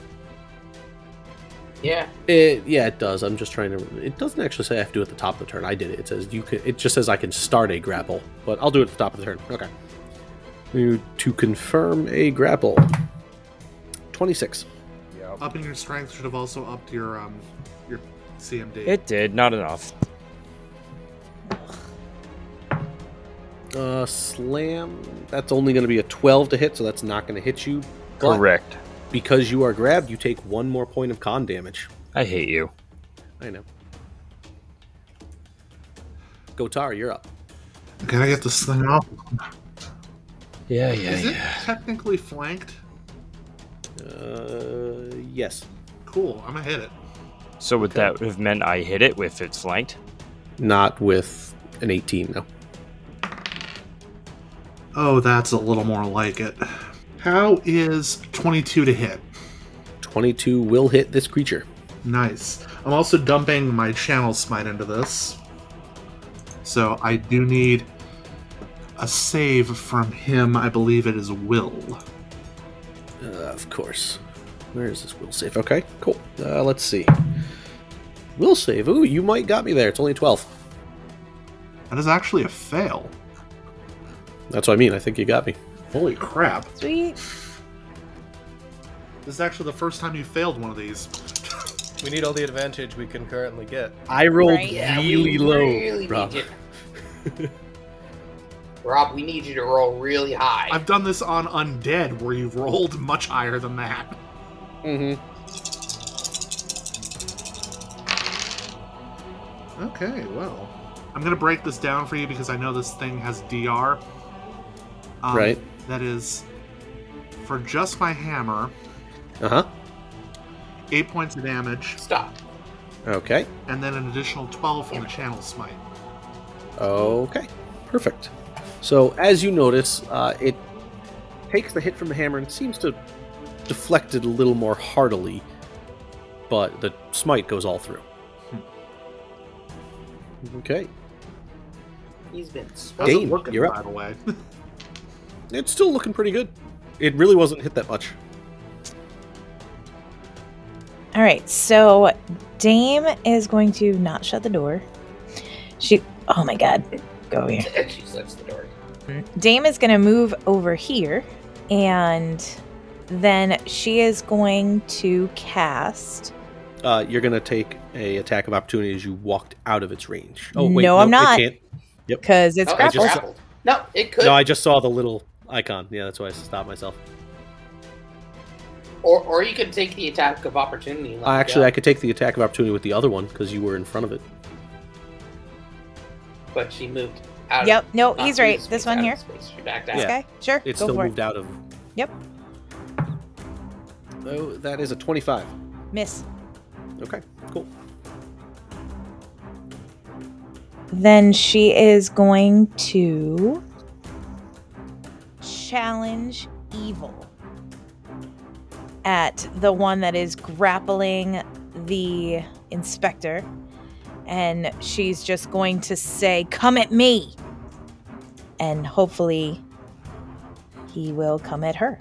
Speaker 6: yeah.
Speaker 1: It, yeah, it does. I'm just trying to. It doesn't actually say I have to do it at the top of the turn. I did it. It says you can. It just says I can start a grapple, but I'll do it at the top of the turn. Okay. To, to confirm a grapple. Twenty-six.
Speaker 3: Yeah. so
Speaker 4: Upping your strength should have also upped your um your CMD.
Speaker 7: It did, not enough.
Speaker 1: Uh, slam. That's only going to be a 12 to hit, so that's not going to hit you. But
Speaker 7: Correct.
Speaker 1: Because you are grabbed, you take one more point of con damage.
Speaker 7: I hate you.
Speaker 1: I know. Gotar, you're up.
Speaker 4: Gotta get this thing off.
Speaker 7: Yeah, yeah,
Speaker 4: Is it
Speaker 7: yeah.
Speaker 4: technically flanked?
Speaker 1: Uh, yes.
Speaker 4: Cool. I'm gonna hit it.
Speaker 7: So would that have meant I hit it if it's flanked?
Speaker 1: Not with an 18, no.
Speaker 4: Oh, that's a little more like it. How is 22 to hit?
Speaker 1: 22 will hit this creature.
Speaker 4: Nice. I'm also dumping my channel smite into this. So I do need a save from him. I believe it is Will.
Speaker 1: Uh, of course. Where is this will save? Okay, cool. Uh, let's see. Will save. Ooh, you might got me there. It's only 12.
Speaker 4: That is actually a fail.
Speaker 1: That's what I mean. I think you got me.
Speaker 4: Holy crap.
Speaker 5: Sweet.
Speaker 4: This is actually the first time you failed one of these.
Speaker 2: We need all the advantage we can currently get.
Speaker 1: I rolled
Speaker 5: Right.
Speaker 6: Yeah, we
Speaker 1: really low,
Speaker 6: really
Speaker 1: Rob.
Speaker 6: Need you- Rob, we need you to roll really high.
Speaker 4: I've done this on Undead where you rolled much higher than that.
Speaker 1: Mm-hmm.
Speaker 4: Okay, well. I'm going to break this down for you because I know this thing has DR. Um,
Speaker 1: Right.
Speaker 4: That is, for just my hammer,
Speaker 1: Uh huh.
Speaker 4: 8 points of damage,
Speaker 6: Stop.
Speaker 1: Okay.
Speaker 4: and then an additional 12 from the channel smite.
Speaker 1: Okay, perfect. So as you notice, uh, it takes the hit from the hammer and seems to deflect it a little more heartily, but the smite goes all through. Okay,
Speaker 6: He's been
Speaker 4: How's
Speaker 6: smoking.
Speaker 1: Dane,
Speaker 4: it looking,
Speaker 1: you're up.
Speaker 4: by the way?
Speaker 1: it's still looking pretty good. It really wasn't hit that much.
Speaker 5: All right, so Dame is going to not shut the door. She, oh my god, go over here.
Speaker 6: she slips the door.
Speaker 5: Dame is going to move over here, and then she is going to cast.
Speaker 1: Uh, you're gonna take a attack of opportunity as you walked out of its range. Oh wait,
Speaker 5: No, I'm
Speaker 1: it
Speaker 5: not.
Speaker 1: can't.
Speaker 5: Because it's
Speaker 6: No,
Speaker 1: I
Speaker 5: grappled.
Speaker 1: Oh, just-
Speaker 6: grappled. No, it could.
Speaker 1: No, I just saw the little icon. Yeah, that's why I stopped myself.
Speaker 6: or, or you could take the attack of opportunity. uh, and let
Speaker 1: I
Speaker 6: it
Speaker 1: Uh, actually,
Speaker 6: go.
Speaker 1: I could take the attack of opportunity with the other one because you were in front of it.
Speaker 6: but she moved out.
Speaker 5: Yep,
Speaker 6: Of,
Speaker 5: no,
Speaker 6: not
Speaker 5: he's
Speaker 6: through
Speaker 5: right.
Speaker 6: the
Speaker 5: This
Speaker 6: space,
Speaker 5: one
Speaker 6: out of
Speaker 5: here.
Speaker 6: the space. She backed out.
Speaker 1: Yeah.
Speaker 5: Okay, sure.
Speaker 1: It's
Speaker 5: go
Speaker 1: still
Speaker 5: for
Speaker 1: moved out of.
Speaker 5: Yep.
Speaker 1: Oh, that is a 25.
Speaker 5: it. Miss.
Speaker 1: Okay, cool.
Speaker 5: Then she is going to challenge evil at the one that is grappling the inspector. And she's just going to say, Come at me! And hopefully he will come at her.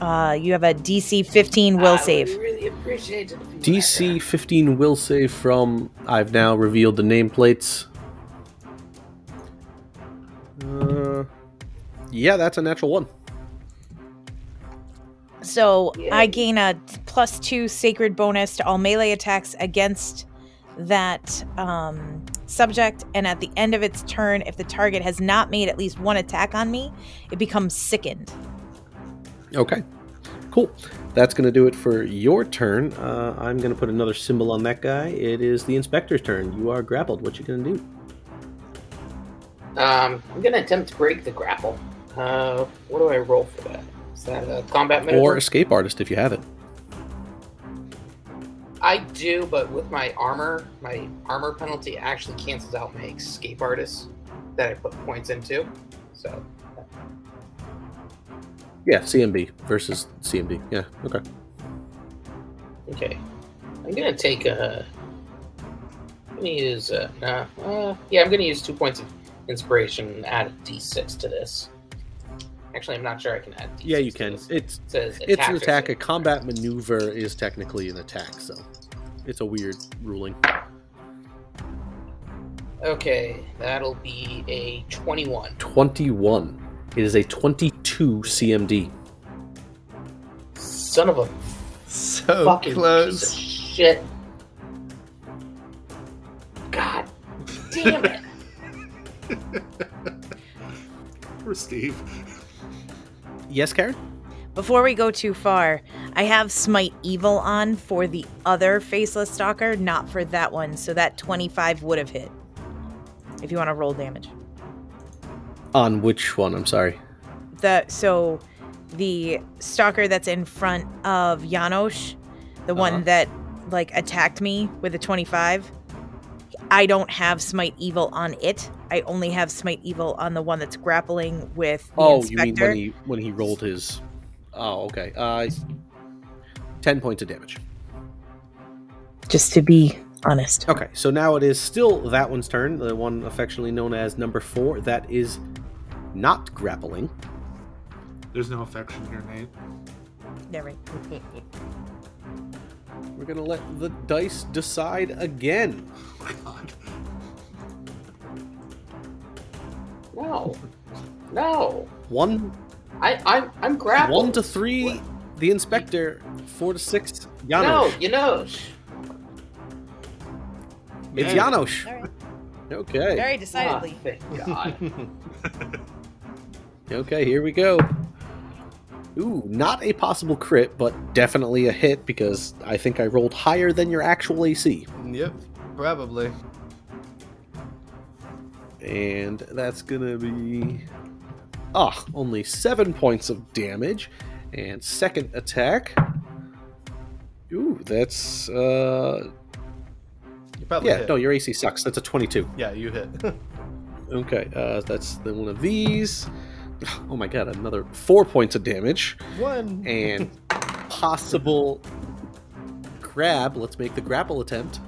Speaker 5: Uh, you have a DC 15
Speaker 6: I
Speaker 5: will
Speaker 6: would
Speaker 5: save.
Speaker 6: really appreciate it if you
Speaker 1: DC
Speaker 6: let
Speaker 1: 15 will save from. I've now revealed the nameplates. Uh, yeah, that's a natural one.
Speaker 5: So
Speaker 6: Yay.
Speaker 5: I gain a t- plus two sacred bonus to all melee attacks against that um, subject, and at the end of its turn, if the target has not made at least one attack on me, it becomes sickened.
Speaker 1: Okay, cool. That's going to do it for your turn. Uh, I'm going to put another symbol on that guy. It is the inspector's turn. You are grappled. What you going to do?
Speaker 6: her. Um, I'm gonna attempt to break the grapple. Uh, what do I roll for that? Is that a combat maneuver?
Speaker 1: Or escape artist if you have it.
Speaker 6: I do, but with my armor, my armor penalty actually cancels out my escape artist that I put points into. So
Speaker 1: Yeah, CMB versus CMB. Yeah, okay.
Speaker 6: okay, I'm gonna take a. I'm gonna use a. Uh, uh, yeah, I'm gonna use two points of inspiration and add a d6 to this. Actually, I'm not sure I can add. D6
Speaker 1: Yeah, you
Speaker 6: to
Speaker 1: can.
Speaker 6: this. It
Speaker 1: It's
Speaker 6: says
Speaker 1: it's an
Speaker 6: or
Speaker 1: attack. A
Speaker 6: save.
Speaker 1: combat maneuver is technically an attack, so it's a weird ruling.
Speaker 6: Okay, that'll be a 21.
Speaker 1: Twenty-one. It is a twenty-two CMD.
Speaker 6: Son of a.
Speaker 2: so
Speaker 6: fucking piece of
Speaker 2: close.
Speaker 6: shit. God damn it.
Speaker 4: Poor Steve.
Speaker 1: Yes, Karen?
Speaker 5: Before we go too far, I have Smite Evil on for the other Faceless Stalker, not for that one, so that 25 would have hit. If you want to roll damage.
Speaker 1: On which one? I'm sorry.
Speaker 5: The so the stalker that's in front of Janosch, the
Speaker 1: Uh-huh.
Speaker 5: one that like attacked me with a 25. I don't have Smite Evil on it. I only have Smite Evil on the one that's grappling with the
Speaker 1: Oh, you
Speaker 5: inspector.
Speaker 1: mean when he when he rolled his? Oh, okay. Uh, ten points of damage.
Speaker 5: Just to be honest.
Speaker 1: Okay, so now it is still that one's turn, the one affectionately known as number four. That is not grappling.
Speaker 4: There's no affection here, Nate.
Speaker 5: Never.
Speaker 1: We're gonna let the dice decide again.
Speaker 4: God.
Speaker 6: No. No.
Speaker 1: One,
Speaker 6: I, I'm, I'm grappling.
Speaker 1: one to three, the inspector. Four to six,
Speaker 6: No,
Speaker 1: Janosch.
Speaker 6: you know.
Speaker 1: it's
Speaker 4: Man.
Speaker 1: Janosch.
Speaker 5: All right.
Speaker 1: Okay.
Speaker 5: Very decidedly.
Speaker 6: Ah, thank God.
Speaker 1: Okay, here we go. Ooh, not a possible crit, but definitely a hit because I think I rolled higher than your actual AC.
Speaker 2: Yep, probably.
Speaker 1: And that's gonna be. Ah, only seven points of damage. And second attack. Ooh, that's. uh
Speaker 2: You probably
Speaker 1: Yeah,
Speaker 2: hit.
Speaker 1: no, your AC sucks. That's a 22.
Speaker 2: yeah, you hit.
Speaker 1: Okay, uh, that's the one of these. Oh my god, another four points of damage.
Speaker 2: One.
Speaker 1: and possible grab. Let's make the grapple attempt.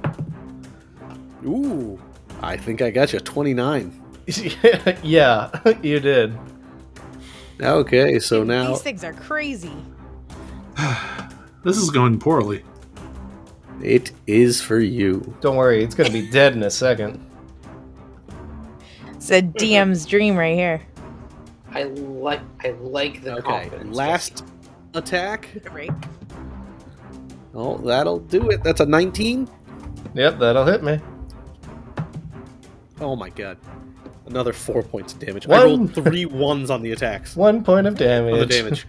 Speaker 1: Ooh, I think I got you. 29.
Speaker 2: yeah, you did.
Speaker 1: Okay, so now
Speaker 5: These things are crazy.
Speaker 4: This is going poorly.
Speaker 1: it is for you.
Speaker 2: Don't worry, it's gonna be dead in a second.
Speaker 5: It's a DM's dream right here.
Speaker 6: I like, I like the
Speaker 1: Okay,
Speaker 6: confidence.
Speaker 1: last attack.
Speaker 5: Right?
Speaker 1: Oh, that'll do it. That's a 19.
Speaker 2: Yep, that'll hit me.
Speaker 1: Oh my god. Another four points of damage. I
Speaker 2: One.
Speaker 1: rolled three ones on the attacks.
Speaker 2: One point of damage.
Speaker 1: On the damage.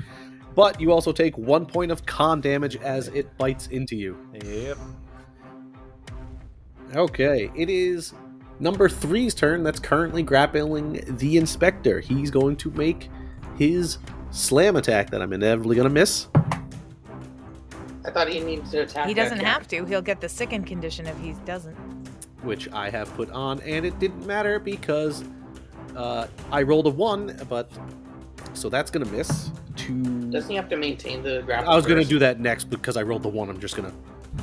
Speaker 1: But you also take one point of con damage as it bites into you.
Speaker 2: Yep.
Speaker 1: Okay, it is number three's turn that's currently grappling the inspector. He's going to make his slam attack that I'm inevitably going to miss.
Speaker 6: I thought he needed to attack.
Speaker 5: He
Speaker 6: that
Speaker 5: doesn't
Speaker 6: guy.
Speaker 5: have to. He'll get the sickened condition if he doesn't.
Speaker 1: which I have put on, and it didn't matter because uh, I rolled a one, but so that's gonna miss. Two.
Speaker 6: Doesn't he have to maintain the grapple?
Speaker 1: I was gonna
Speaker 6: first?
Speaker 1: do that next because I rolled the one. I'm just gonna,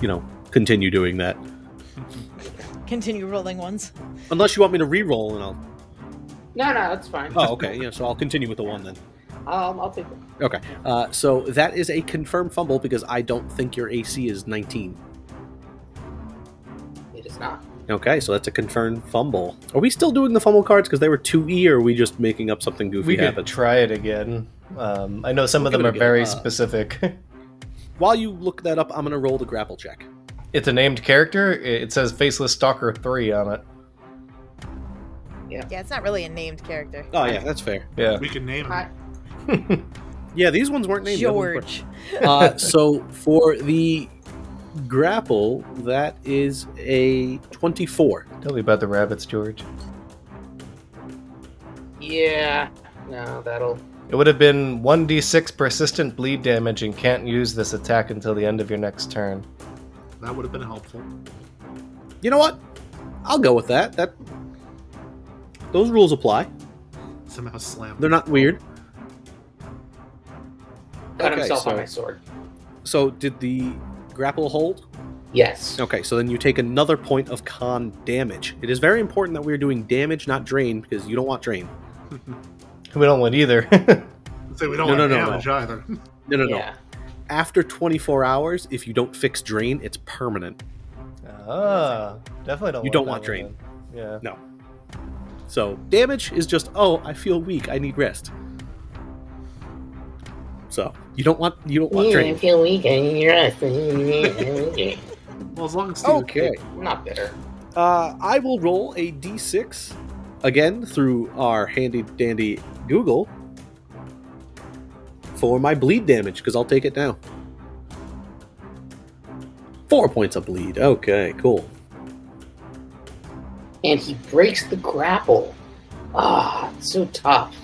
Speaker 1: you know, continue doing that.
Speaker 5: Continue rolling ones.
Speaker 1: Unless you want me to re-roll, and I'll.
Speaker 6: No, no, that's fine. Um,
Speaker 1: Oh, okay. Yeah, so I'll continue with the one then.
Speaker 6: I'll, I'll take it.
Speaker 1: Okay. Uh, so that is a confirmed fumble because I don't think your AC is 19.
Speaker 6: It is not.
Speaker 1: Okay, so that's a confirmed fumble. Are we still doing the fumble cards because they were 2E, or are we just making up something goofy
Speaker 2: We could
Speaker 1: happened?
Speaker 2: try it again. Um, I know some of
Speaker 1: We'll give
Speaker 2: them are
Speaker 1: it a go.
Speaker 2: very
Speaker 1: Uh,
Speaker 2: specific.
Speaker 1: While you look that up, I'm going to roll the grapple check.
Speaker 2: it's a named character. It it says Faceless Stalker 3 on it.
Speaker 5: Yeah, it's not really a named character.
Speaker 1: Oh, yeah, that's fair.
Speaker 2: Yeah.
Speaker 4: We can name him.
Speaker 6: I,
Speaker 1: Yeah, these ones weren't named. the other ones were.
Speaker 5: George.
Speaker 1: Uh, so for the grapple, that is a 24.
Speaker 2: Tell me about the rabbits, George.
Speaker 6: yeah. No, that'll.
Speaker 2: It would have been 1d6 persistent bleed damage and can't use this attack until the end of your next turn.
Speaker 4: That would have been helpful.
Speaker 1: You know what? I'll go with that. That those rules apply.
Speaker 4: Somehow slam.
Speaker 1: They're not weird.
Speaker 6: Cut
Speaker 1: Okay,
Speaker 6: himself
Speaker 1: so-
Speaker 6: on my sword.
Speaker 1: So did the grapple hold?
Speaker 6: Yes.
Speaker 1: Okay, so then you take another point of con damage. It is very important that we're doing damage, not drain, because you don't want drain.
Speaker 2: We don't want either.
Speaker 4: So we don't
Speaker 1: No,
Speaker 4: want
Speaker 1: no, no,
Speaker 4: damage either.
Speaker 1: No, no, no.
Speaker 6: yeah.
Speaker 1: After 24 hours, if you don't fix drain, it's permanent.
Speaker 2: ah, definitely don't.
Speaker 1: You
Speaker 2: want
Speaker 1: don't
Speaker 2: that
Speaker 1: want
Speaker 2: one
Speaker 1: drain.
Speaker 2: then. Yeah.
Speaker 1: So damage is just, oh, I feel weak, I need rest. So you don't want you don't want
Speaker 6: You
Speaker 1: training.
Speaker 6: feel weak and you're us. Okay.
Speaker 4: Well, as long as Steve
Speaker 1: Okay.
Speaker 6: I'm not bitter.
Speaker 1: Uh, I will roll a d6 again through our handy dandy Google for my bleed damage because I'll take it now. Four points of bleed. Okay, cool.
Speaker 6: And he breaks the grapple. Ah, it's so tough.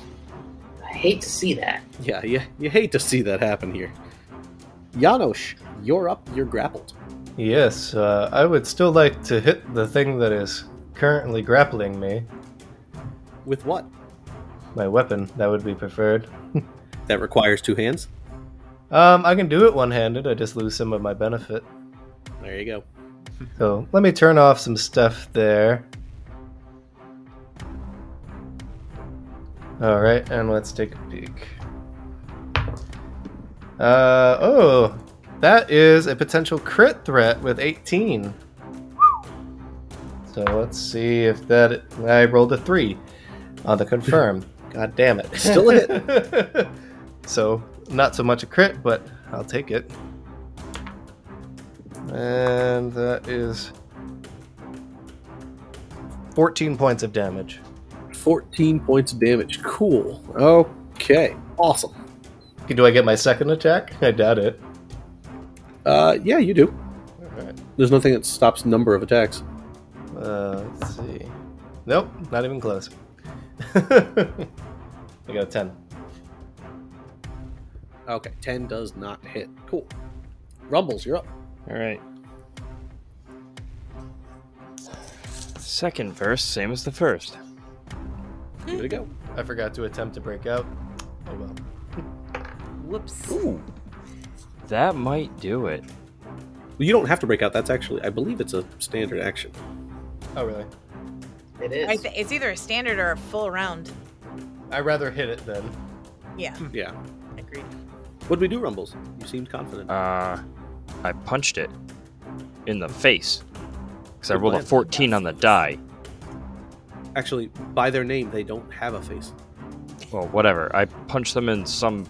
Speaker 6: I hate to see that.
Speaker 1: Yeah, you, you hate to see that happen here. Janosch, you're up. You're grappled.
Speaker 2: Yes, uh, I would still like to hit the thing that is currently grappling me.
Speaker 1: With what?
Speaker 2: My weapon, that would be preferred.
Speaker 1: That requires two hands.
Speaker 2: Um, I can do it one handed, I just lose some of my benefit.
Speaker 1: There you go.
Speaker 2: So let me turn off some stuff there. All right, and let's take a peek. Uh oh, that is a potential crit threat with 18. So let's see if that I rolled a three on the confirm. God damn it!
Speaker 1: Still a
Speaker 2: hit. so not so much a crit, but I'll take it. And that is 14 points of damage.
Speaker 1: 14 points of damage. Cool. Okay. Awesome.
Speaker 2: Do I get my second attack? I doubt it.
Speaker 1: Uh, yeah, you do.
Speaker 2: Alright.
Speaker 1: There's nothing that stops number of attacks.
Speaker 2: Uh, let's see. Nope, not even close. I got a 10.
Speaker 1: Okay, 10 does not hit. Cool. Rumbles, you're up.
Speaker 3: All right. Second verse, same as the first.
Speaker 1: Give it a go.
Speaker 2: I forgot to attempt to break out. Oh well.
Speaker 5: Whoops.
Speaker 1: Ooh.
Speaker 3: That might do it.
Speaker 1: You don't have to break out. That's actually, I believe it's a standard action.
Speaker 2: Oh really?
Speaker 6: It is.
Speaker 5: I th- it's either a standard or a full round.
Speaker 2: I'd rather hit it then.
Speaker 5: Yeah,
Speaker 1: Yeah.
Speaker 5: agreed.
Speaker 1: What do we do, Rumbles? You seemed confident.
Speaker 3: Uh, I punched it in the face because I
Speaker 1: Good
Speaker 3: rolled a
Speaker 1: plan.
Speaker 3: 14 on the die.
Speaker 1: Actually, by their name, they don't have a face.
Speaker 3: Well, whatever. I punched them in some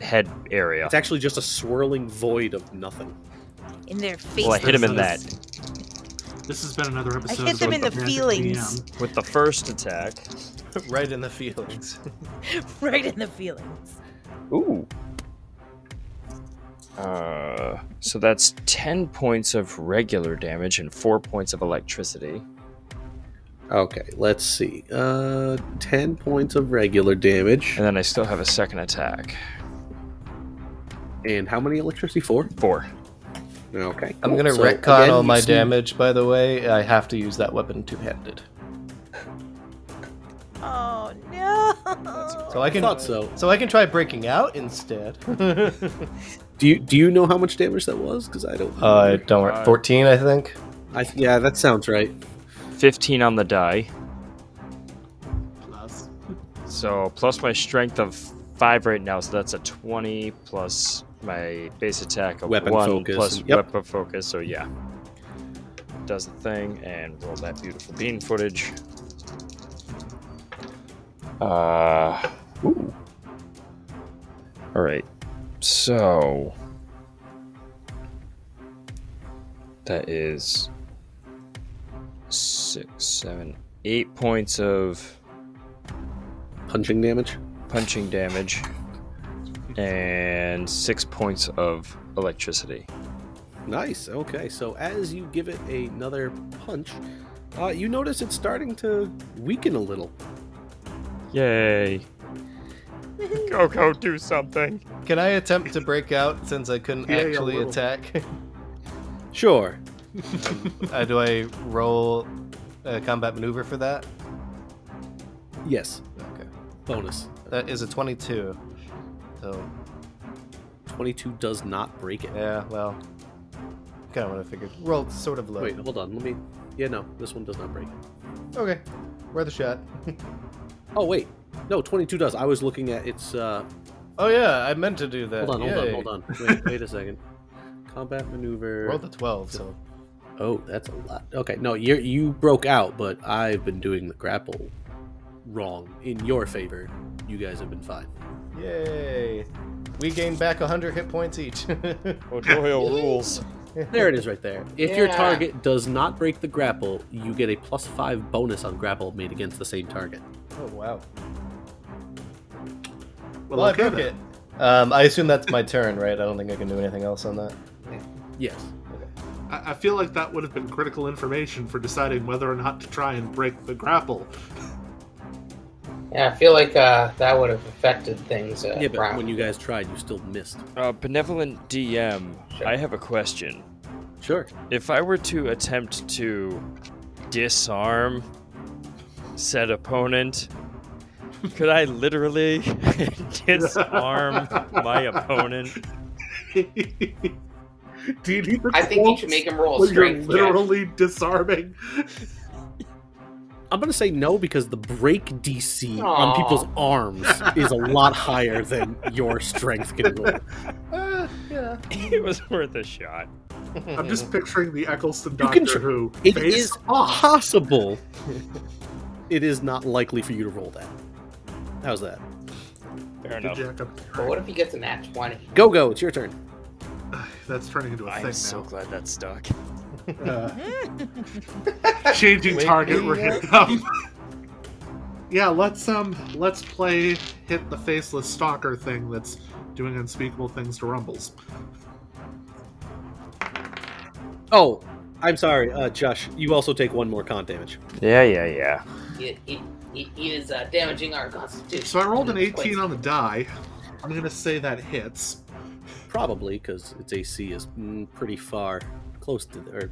Speaker 3: head area.
Speaker 1: It's actually just a swirling void of nothing.
Speaker 5: In their face.
Speaker 3: Well, I hit him in that
Speaker 4: Faces. This has been another episode.
Speaker 5: hit them
Speaker 4: of
Speaker 5: in the
Speaker 4: Magic
Speaker 5: feelings.
Speaker 4: DM.
Speaker 3: with the first attack.
Speaker 2: right in the feelings.
Speaker 5: right in the feelings.
Speaker 3: Ooh. Uh, so that's 10 points of regular damage and 4 points of electricity.
Speaker 1: Okay, let's see. Uh, 10 points of regular damage.
Speaker 3: And then I still have a second attack.
Speaker 1: And how many electricity? Four?
Speaker 3: 4.
Speaker 1: Okay.
Speaker 2: I'm
Speaker 1: cool.
Speaker 2: gonna
Speaker 1: So,
Speaker 2: retcon
Speaker 1: again,
Speaker 2: all
Speaker 1: you
Speaker 2: my
Speaker 1: seem-
Speaker 2: damage, by the way. I have to use that weapon two handed.
Speaker 5: Oh no.
Speaker 2: So I
Speaker 1: I
Speaker 2: can
Speaker 1: thought so.
Speaker 2: so I can try breaking out instead. Uh,
Speaker 1: Do you do you know how much damage that was? Because I don't.
Speaker 2: Uh, don't worry. 14, I think.
Speaker 1: I, yeah, that sounds right.
Speaker 3: 15 on the die.
Speaker 4: Plus.
Speaker 3: So plus my strength of 5 right now, so that's a 20 plus my base attack of
Speaker 1: Weapon
Speaker 3: 1
Speaker 1: focus
Speaker 3: plus
Speaker 1: and- yep.
Speaker 3: weapon focus. So yeah. Does the thing and roll that beautiful bean footage. Uh, ooh. All right. So that is six, seven, eight points of
Speaker 1: Punching damage.
Speaker 3: punching damage and six points of electricity.
Speaker 1: Nice. Okay, so as you give it another punch, uh, you notice it's starting to weaken a little.
Speaker 3: Yay! Go, go, do something.
Speaker 2: Can I attempt to break out since I couldn't
Speaker 4: Yeah, yeah,
Speaker 2: actually
Speaker 4: roll.
Speaker 2: attack?
Speaker 1: Sure.
Speaker 2: uh, do I roll a combat maneuver for that?
Speaker 1: Yes.
Speaker 2: Okay.
Speaker 1: Bonus.
Speaker 2: That is a 22. So,
Speaker 1: Twenty-two does not break it.
Speaker 2: yeah, well. Kind of what I figured. Rolled sort of low.
Speaker 1: Wait, hold on. Let me. Yeah, no, this one does not break it.
Speaker 2: Okay. Worth a shot.
Speaker 1: Oh wait, no, twenty-two does. I was looking at its. Uh,
Speaker 2: oh, yeah, I meant to do that.
Speaker 1: hold on, hold
Speaker 2: Uh, Yay.
Speaker 1: on, hold on. Wait, wait a second. Combat maneuver.
Speaker 2: Rolled a 12, so.
Speaker 1: Oh, that's a lot. Okay, no, you you broke out, but I've been doing the grapple wrong in your favor. You guys have been fine.
Speaker 2: Yay. We gain back 100 hit points each. Oh,
Speaker 7: Odoyo rules.
Speaker 1: There it is right there. If your
Speaker 6: Yeah.
Speaker 1: target does not break the grapple, you get a plus five bonus on grapple made against the same target.
Speaker 2: oh, wow.
Speaker 4: Well,
Speaker 2: I
Speaker 4: okay
Speaker 2: broke
Speaker 4: then.
Speaker 2: it. Um, I assume that's my turn, right? I don't think I can do anything else on that.
Speaker 1: Yes.
Speaker 4: I, I feel like that would have been critical information for deciding whether or not to try and break the grapple.
Speaker 6: Yeah, I feel like uh, that would have affected things. Uh,
Speaker 1: Yeah, but
Speaker 6: Brown.
Speaker 1: when you guys tried, you still missed.
Speaker 7: Uh, benevolent DM,
Speaker 6: Sure.
Speaker 7: I have a question.
Speaker 1: Sure.
Speaker 7: If I were to attempt to disarm said opponent, could I literally disarm my opponent?
Speaker 4: Do you need the
Speaker 6: I think you
Speaker 4: quotes
Speaker 6: should make him roll a
Speaker 4: when you're
Speaker 6: strength check.
Speaker 4: literally disarming.
Speaker 1: I'm gonna say no because the break DC
Speaker 6: Aw.
Speaker 1: on people's arms is a lot higher than your strength can roll.
Speaker 2: Uh, yeah.
Speaker 7: It was worth a shot.
Speaker 4: I'm just picturing the Eccleston
Speaker 1: You can tr-
Speaker 4: Doctor Who.
Speaker 1: It
Speaker 4: face
Speaker 1: is
Speaker 4: off.
Speaker 1: possible. it is not likely for you to roll that. How's that?
Speaker 7: Fair
Speaker 4: Good
Speaker 7: enough.
Speaker 4: jack up.
Speaker 6: But what if he gets an at 20?
Speaker 1: Go go. It's your turn.
Speaker 4: That's turning into a
Speaker 7: I'm
Speaker 4: thing
Speaker 7: so glad that's stuck.
Speaker 4: now. Uh, changing
Speaker 2: Wake
Speaker 4: target.
Speaker 2: me
Speaker 4: We're hitting um, yeah, let's um, let's play hit the faceless stalker thing that's doing unspeakable things to Rumbles.
Speaker 1: Oh, I'm sorry, uh, Josh. You also take one more con damage.
Speaker 7: Yeah, yeah, yeah.
Speaker 6: It, it, it is uh, damaging our constitution.
Speaker 4: So I rolled an 18
Speaker 6: Wait,
Speaker 4: on the die. I'm gonna say that hits.
Speaker 1: Probably because its AC is mm, pretty far, close to, or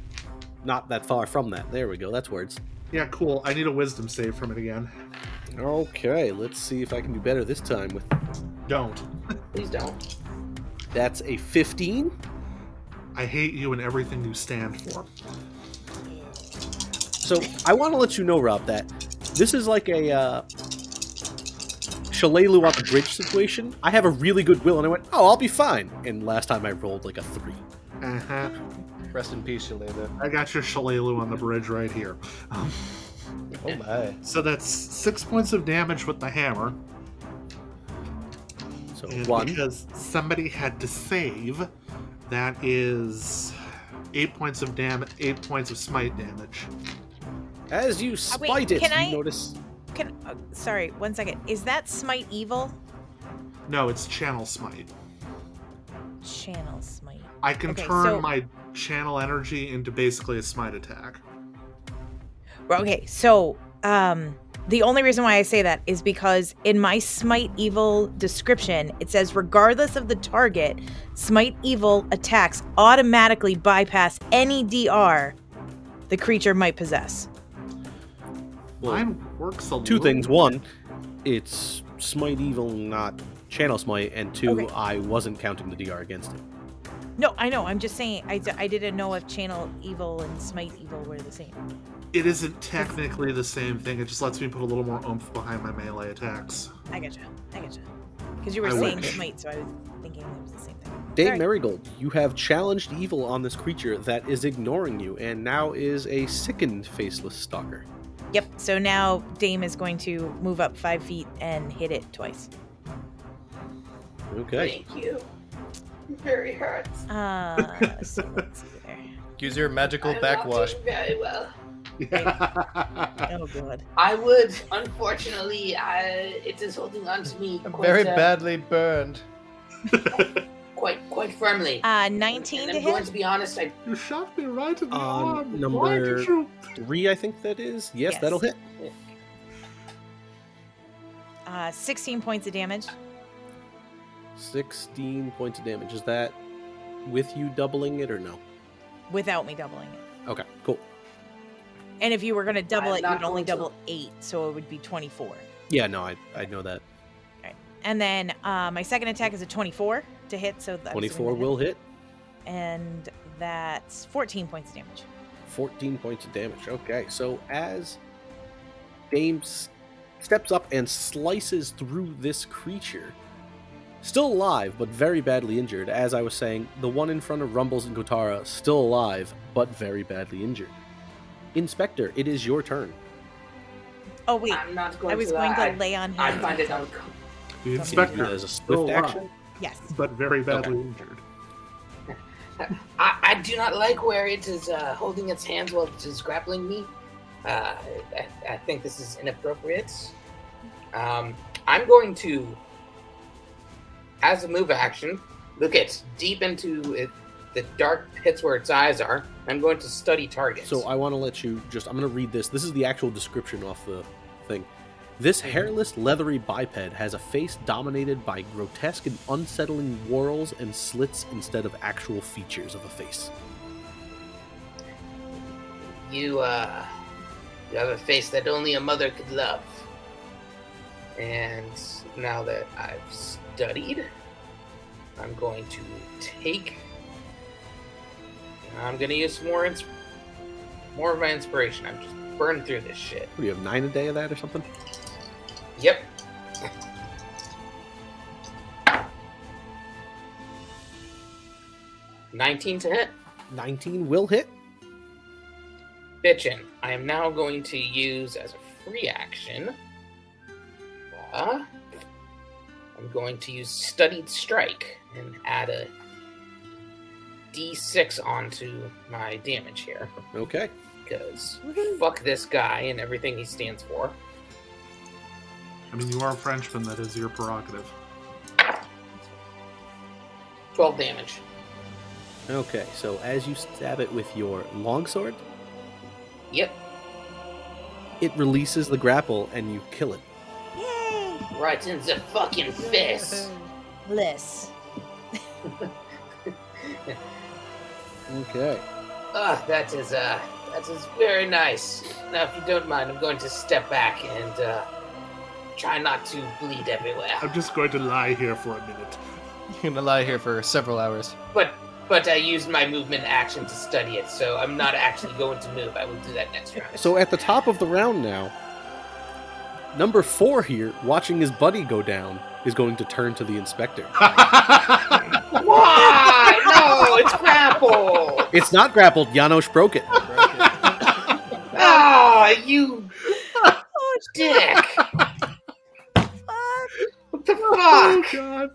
Speaker 1: not that far from that. There we go. That's words.
Speaker 4: Yeah, cool. I need a wisdom save from it again.
Speaker 1: Okay, let's see if I can do better this time. With
Speaker 4: Don't.
Speaker 6: Please don't.
Speaker 1: that's a 15.
Speaker 4: I hate you and everything you stand for.
Speaker 1: So I want to let you know, Rob, that this is like a uh, Shalalu on the bridge situation. I have a really good will, and I went, "Oh, I'll be fine." And last time I rolled like a three.
Speaker 4: Uh huh.
Speaker 2: Rest in peace, Shalanda.
Speaker 4: I got your shalalu on the bridge right here. Um,
Speaker 2: Oh my.
Speaker 4: so that's six points of damage with the hammer.
Speaker 1: So
Speaker 5: Mm-hmm.
Speaker 4: And
Speaker 1: one.
Speaker 4: Because somebody had to save, that is eight points of damage, eight points of smite damage.
Speaker 1: As you
Speaker 5: Uh, wait,
Speaker 1: spite it,
Speaker 5: can
Speaker 1: you
Speaker 5: I-
Speaker 1: notice.
Speaker 5: Can uh, sorry, one second. Is that smite evil?
Speaker 4: No, it's channel smite.
Speaker 5: Channel smite.
Speaker 4: I can
Speaker 5: Okay,
Speaker 4: turn
Speaker 5: so-
Speaker 4: my channel energy into basically a smite attack.
Speaker 5: Well, Okay, so um, the only reason why I say that is because in my Smite Evil description, it says regardless of the target, Smite Evil attacks automatically bypass any DR the creature might possess.
Speaker 1: Well,
Speaker 4: Mine works a
Speaker 1: two
Speaker 4: little
Speaker 1: things. One, it's smite evil, not channel smite, and two,
Speaker 5: Okay.
Speaker 1: I wasn't counting the DR against it.
Speaker 5: No, I know. I'm just saying. I, d- I didn't know if Channel Evil and Smite Evil were the same.
Speaker 4: It isn't technically the same thing. It just lets me put a little more oomph behind my melee attacks.
Speaker 5: I gotcha. I gotcha. Because you were
Speaker 4: I
Speaker 5: saying
Speaker 4: wish.
Speaker 5: Smite, so I was thinking it was the same thing.
Speaker 1: Dame
Speaker 5: Alright.
Speaker 1: Marigold, you have challenged evil on this creature that is ignoring you and now is a sickened faceless stalker.
Speaker 5: Yep. So now Dame is going to move up five feet and hit it twice.
Speaker 1: Okay.
Speaker 6: Thank you. It very hurts.
Speaker 5: Uh, so let's see there.
Speaker 2: Use your magical
Speaker 6: I'm not
Speaker 2: backwash.
Speaker 6: doing Very well.
Speaker 5: Oh god.
Speaker 6: I would, unfortunately, I, it is holding on to me quite,
Speaker 2: Very
Speaker 6: uh,
Speaker 2: badly burned.
Speaker 6: quite, quite firmly.
Speaker 5: Uh,
Speaker 6: and
Speaker 5: 19 to
Speaker 6: I'm going
Speaker 5: hit.
Speaker 6: to be honest, I
Speaker 4: you shot me right in the
Speaker 1: On
Speaker 4: arm. Why
Speaker 1: number-
Speaker 4: did you?
Speaker 1: Three, I think that is. Yes,
Speaker 5: Yes.
Speaker 1: that'll hit.
Speaker 5: Uh, 16 points of damage.
Speaker 1: 16 points of damage. Is that with you doubling it or no?
Speaker 5: Without me doubling it.
Speaker 1: Okay, cool.
Speaker 5: And if you were gonna double
Speaker 6: I'm
Speaker 5: it,
Speaker 6: not
Speaker 5: you'd only
Speaker 6: going to.
Speaker 5: double eight, so it would be 24.
Speaker 1: Yeah, no, I, I know that.
Speaker 5: And then uh, my second attack is a 24 to hit, so that's
Speaker 1: 24 will hit.
Speaker 5: And that's 14 points of damage.
Speaker 1: 14 points of damage. Okay, so as Dame s- steps up and slices through this creature, still alive but very badly injured, as I was saying, the one in front of Rumbles and Gotara still alive but very badly injured. Inspector, it is your turn.
Speaker 5: Oh wait,
Speaker 6: I'm not going
Speaker 5: I was
Speaker 6: to.
Speaker 5: going
Speaker 6: lie.
Speaker 5: to lay on
Speaker 6: I
Speaker 5: him.
Speaker 6: find it uncomfortable.
Speaker 4: The
Speaker 5: Something
Speaker 1: You do
Speaker 4: inspector.
Speaker 5: to do
Speaker 4: uh,
Speaker 1: that as a
Speaker 4: still
Speaker 1: swift
Speaker 4: alive.
Speaker 1: action.
Speaker 5: Yes.
Speaker 4: but very badly injured.
Speaker 6: I, I do not like where it is uh, holding its hands while it is grappling me. Uh, I, I think this is inappropriate. Um, I'm going to, as a move action, look at deep into it, the dark pits where its eyes are. I'm going to study targets.
Speaker 1: So I want to let you just. I'm going to read this. This is the actual description off the thing. This hairless, leathery biped has a face dominated by grotesque and unsettling whorls and slits instead of actual features of a face.
Speaker 6: you, uh, you have a face that only a mother could love. And now that I've studied, I'm going to take. I'm going to use some more, ins- more of my inspiration. I'm just burning through this shit.
Speaker 1: What do you have nine a day of that or something?
Speaker 6: Yep. Nineteen to hit.
Speaker 1: Nineteen will hit.
Speaker 6: Bitchin', I am now going to use as a free action. Uh, I'm going to use Studied Strike and add a d6 onto my damage here.
Speaker 1: Okay.
Speaker 6: Because fuck this guy and everything he stands for.
Speaker 4: I mean, you are a Frenchman. That is your prerogative.
Speaker 6: 12 damage.
Speaker 1: Okay. So as you stab it with your longsword,
Speaker 6: Yep.
Speaker 1: it releases the grapple and you kill it.
Speaker 5: Yay!
Speaker 6: Right in the fucking fist.
Speaker 5: Bliss.
Speaker 1: Okay.
Speaker 6: Ah, that is uh, that is very nice. Now, if you don't mind, I'm going to step back and uh, try not to bleed everywhere.
Speaker 4: I'm just going to lie here for a minute.
Speaker 2: You're gonna lie here for several hours.
Speaker 6: But but I used my movement action to study it, so I'm not actually going to move. I will do that next round.
Speaker 1: So eh, at the top of the round now, number four here, watching his buddy go down, is going to turn to the inspector.
Speaker 6: why? No, it's grapple.
Speaker 1: It's not grappled. Janosch broke it.
Speaker 4: Oh
Speaker 6: Ah, you
Speaker 5: Oh,
Speaker 6: dick!
Speaker 5: fuck.
Speaker 6: What the fuck?
Speaker 4: God.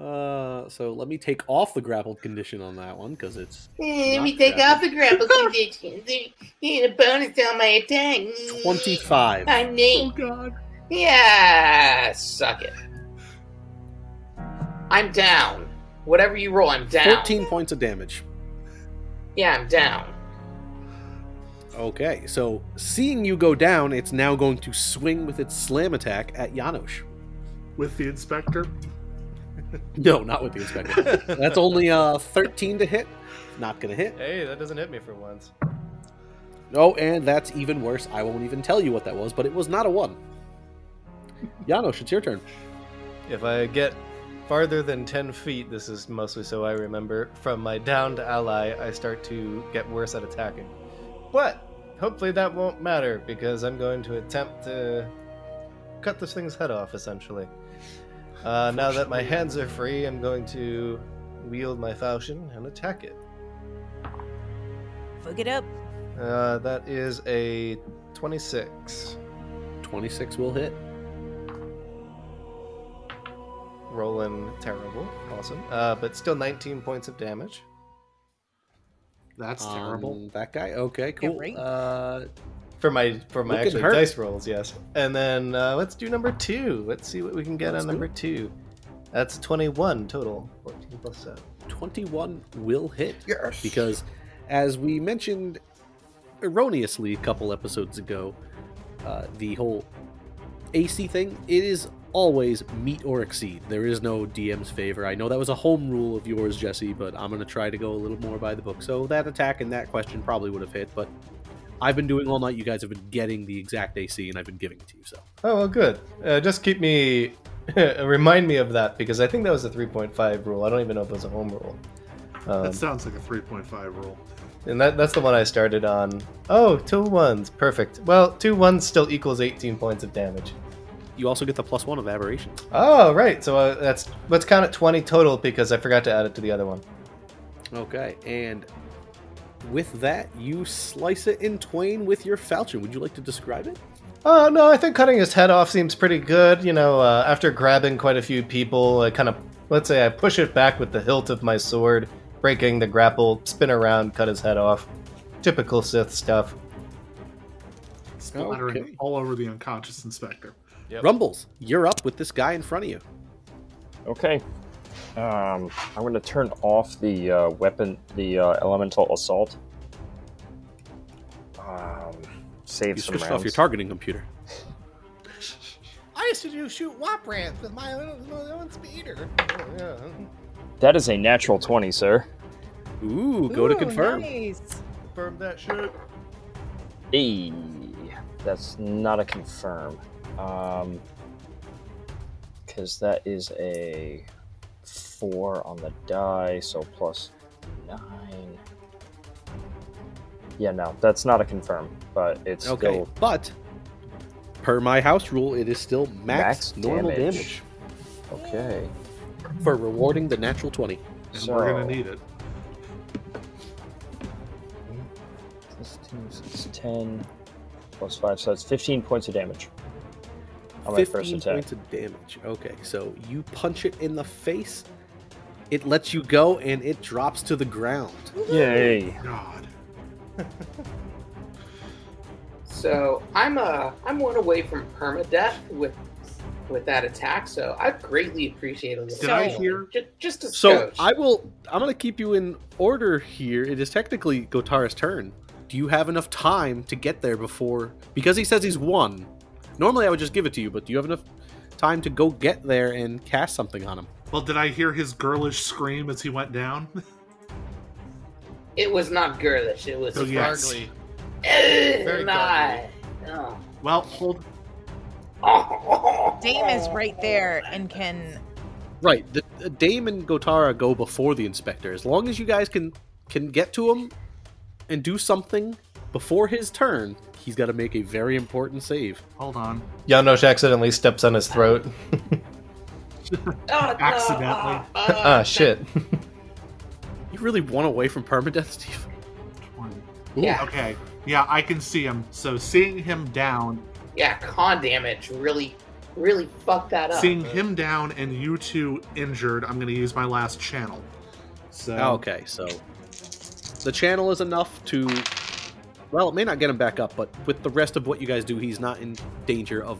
Speaker 1: Uh, so let me take off the grappled condition on that one because it's
Speaker 6: Let
Speaker 1: me take off
Speaker 6: the grapple condition. Need a bonus on my attack.
Speaker 1: 25.
Speaker 6: My
Speaker 4: Oh
Speaker 6: name.
Speaker 4: God.
Speaker 6: Yeah, suck it. I'm down. Whatever you roll, I'm down.
Speaker 1: 14 points of damage.
Speaker 6: Yeah, I'm down.
Speaker 1: Okay, so seeing you go down, it's now going to swing with its slam attack at Janosch.
Speaker 4: With the inspector.
Speaker 1: No, not with the inspector. That's only uh 13 to hit. Not gonna hit.
Speaker 2: Hey, that doesn't hit me for once.
Speaker 1: Oh, and that's even worse. I won't even tell you what that was, but it was not a one. Janosch, it's your turn.
Speaker 2: If I get farther than 10 feet, this is mostly so I remember, from my downed ally, I start to get worse at attacking. But hopefully that won't matter because I'm going to attempt to cut this thing's head off, essentially. Uh, now that my hands are free, I'm going to wield my falchion and attack it.
Speaker 5: Fuck it up.
Speaker 2: Uh, that is a 26.
Speaker 1: 26 will hit.
Speaker 2: Rolling terrible. Awesome. Uh, but still 19 points of damage.
Speaker 4: That's
Speaker 1: on
Speaker 4: terrible.
Speaker 1: Um, That guy. Okay, cool.
Speaker 5: right?
Speaker 1: Uh,
Speaker 2: For my for my
Speaker 1: Look at
Speaker 2: actually
Speaker 1: her.
Speaker 2: dice rolls, yes. And then uh, let's do number two. Let's see what we can get on number two. That's twenty-one total. Fourteen plus seven.
Speaker 1: 21 will hit
Speaker 2: Yes.
Speaker 1: because, as we mentioned erroneously a couple episodes ago, uh, the whole AC thing, it is always meet or exceed. There is no DM's favor. I know that was a home rule of yours, Jesse, but I'm going to try to go a little more by the book. So that attack and that question probably would have hit, but I've been doing all night. You guys have been getting the exact AC, and I've been giving it to you. So
Speaker 2: Oh well, good. Uh, just keep me remind me of that because I think that was a three point five rule. I don't even know if it was a home rule. Um,
Speaker 4: That sounds like a 3.5 roll.
Speaker 2: and that, that's the one I started on. Oh, two ones. Perfect. Well, two ones still equals 18 points of damage.
Speaker 1: you also get the plus one of aberration.
Speaker 2: Oh, right. So uh, that's let's count it 20 total because I forgot to add it to the other one.
Speaker 1: Okay, and With that, you slice it in twain with your falchion. Would you like to describe it?
Speaker 2: Uh, no, I think cutting his head off seems pretty good. You know, uh, after grabbing quite a few people, I kind of, let's say, I push it back with the hilt of my sword, breaking the grapple, spin around, cut his head off. Typical Sith stuff.
Speaker 4: splattering
Speaker 1: Okay.
Speaker 4: all over the unconscious inspector.
Speaker 2: Yep.
Speaker 1: Rumbles, you're up with this guy in front of you.
Speaker 3: Okay. Um, I'm going to turn off the uh, weapon, the uh, elemental assault. Um, save
Speaker 1: You
Speaker 3: some
Speaker 1: switched
Speaker 3: rounds.
Speaker 1: off your targeting computer.
Speaker 2: I used to shoot wop rants with my own speeder.
Speaker 3: that is a natural 20, sir.
Speaker 1: Ooh, go to confirm.
Speaker 5: Nice.
Speaker 2: Confirm that shit.
Speaker 3: Hey, that's not a confirm. Um, because that is a four on the die, so plus nine. Yeah, no, that's not a confirm, but it's
Speaker 1: Okay,
Speaker 3: still
Speaker 1: but per my house rule, it is still max,
Speaker 3: Max
Speaker 1: normal damage.
Speaker 3: damage. okay.
Speaker 1: for rewarding the natural 20.
Speaker 4: And
Speaker 3: so
Speaker 4: we're gonna need it.
Speaker 3: This team's- it's ten plus five, so it's fifteen points of damage on my
Speaker 1: 15
Speaker 3: first attack.
Speaker 1: points of damage. Okay, so you punch it in the face, it lets you go, and it drops to the ground.
Speaker 3: Yay!
Speaker 4: God.
Speaker 6: So I'm uh I'm one away from permadeath with with that attack. So I greatly appreciate a little.
Speaker 4: Did I hear?
Speaker 6: Just, just a
Speaker 1: So
Speaker 6: skosh.
Speaker 1: I will. I'm gonna keep you in order here. It is technically Gotara's turn. Do you have enough time to get there before? Because he says he's one. Normally I would just give it to you, but do you have enough time to go get there and cast something on him?
Speaker 4: Well, did I hear his girlish scream as he went down?
Speaker 6: It was not girlish. It was
Speaker 4: Oh, yeah. Yes.
Speaker 6: Eh,
Speaker 2: Very
Speaker 6: not. Oh.
Speaker 4: Well, hold.
Speaker 6: Oh.
Speaker 5: Dame is right there and can.
Speaker 1: Right. The, the Dame and Gotara go before the inspector. As long as you guys can can get to him and do something before his turn, he's got to make a very important save.
Speaker 4: Hold on.
Speaker 2: Yanosh accidentally steps on his throat.
Speaker 6: Oh, no.
Speaker 4: Accidentally.
Speaker 6: Ah,
Speaker 2: ah, shit.
Speaker 1: You really won away from permadeath, Steve.
Speaker 4: 20.
Speaker 6: Yeah.
Speaker 4: Okay. Yeah, I can see him. So seeing him down,
Speaker 6: Yeah, con damage really, really fucked that up.
Speaker 4: seeing him down, and you two injured, I'm gonna use my last channel. So
Speaker 1: Oh, Okay, so the channel is enough to. Well, it may not get him back up, but with the rest of what you guys do, he's not in danger of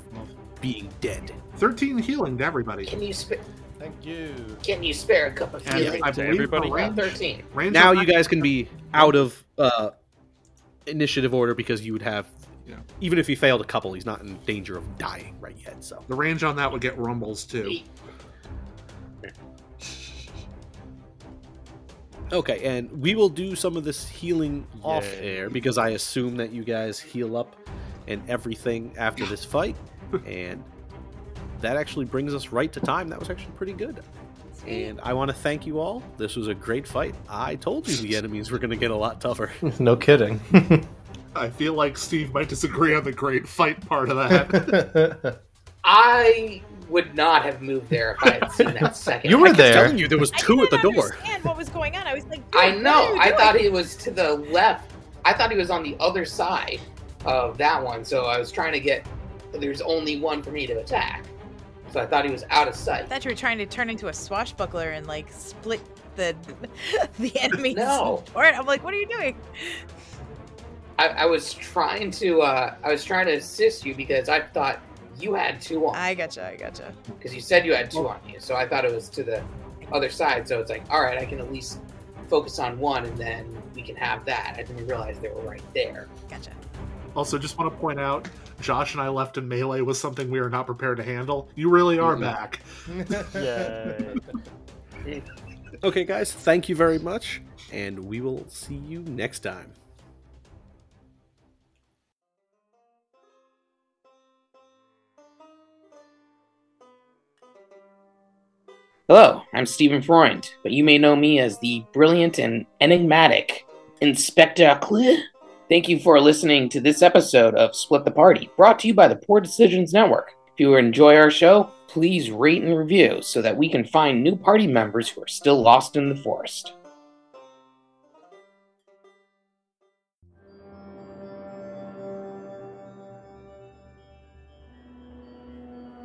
Speaker 1: being dead.
Speaker 4: 13 healing to everybody.
Speaker 6: Can you spare?
Speaker 2: Thank you.
Speaker 6: Can you spare a cup of
Speaker 4: And
Speaker 6: healing?
Speaker 4: I
Speaker 7: To
Speaker 4: believe
Speaker 7: everybody?
Speaker 4: the
Speaker 6: Round
Speaker 4: range,
Speaker 6: Thirteen.
Speaker 4: range
Speaker 1: Now
Speaker 4: of my-
Speaker 1: you guys can be out of uh, initiative order because you would have.
Speaker 4: Yeah.
Speaker 1: Even if he failed a couple, he's not in danger of dying right yet. So
Speaker 4: The range on that would get rumbles too.
Speaker 1: okay, and we will do some of this healing off air because I assume that you guys heal up and everything after this fight, and that actually brings us right to time. That was actually pretty good. And I want to thank you all. This was a great fight. I told you the enemies were going to get a lot tougher.
Speaker 2: No kidding.
Speaker 4: I feel like Steve might disagree on the great fight part of that.
Speaker 6: I would not have moved there if I had seen that second.
Speaker 2: you were
Speaker 6: I-
Speaker 2: there.
Speaker 1: telling you, there was
Speaker 5: I
Speaker 1: two at
Speaker 5: didn't
Speaker 1: the door.
Speaker 5: understand what was going on. I was like,
Speaker 6: I
Speaker 5: "Dude, what are
Speaker 6: know.
Speaker 5: you
Speaker 6: I
Speaker 5: doing?"
Speaker 6: thought he was to the left. I thought he was on the other side of that one. So I was trying to get. There's only one for me to attack. So I thought he was out of sight.
Speaker 5: I thought you were trying to turn into a swashbuckler and like split the the enemies.
Speaker 6: No.
Speaker 5: Or I'm like, what are you doing?
Speaker 6: I, I was trying to uh, I was trying to assist you because I thought you had two on
Speaker 5: I gotcha. I gotcha.
Speaker 6: because you said you had two on you, so I thought it was to the other side. So it's like, all right, I can at least focus on one, and then we can have that. I didn't realize they were right there.
Speaker 5: Gotcha.
Speaker 4: also, just want to point out, Josh and I left in melee with something we are not prepared to handle. You really are
Speaker 6: Mhm.
Speaker 4: back.
Speaker 3: Yay!
Speaker 1: Okay, guys, thank you very much, and we will see you next time.
Speaker 6: Hello, I'm Stephen Freund, but you may know me as the brilliant and enigmatic Inspector Clear. Thank you for listening to this episode of Split the Party, brought to you by the Poor Decisions Network. If you enjoy our show, please rate and review so that we can find new party members who are still lost in the forest.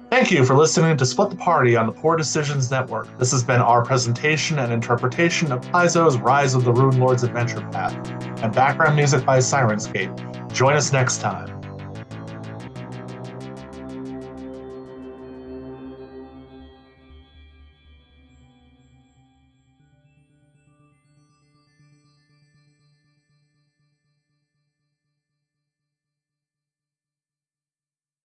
Speaker 4: Thank you for listening to Split the Party on the Poor Decisions Network. This has been our presentation and interpretation of Paizo's Rise of the Rune Lord's Adventure Path and background music by Sirenscape. Join us next time.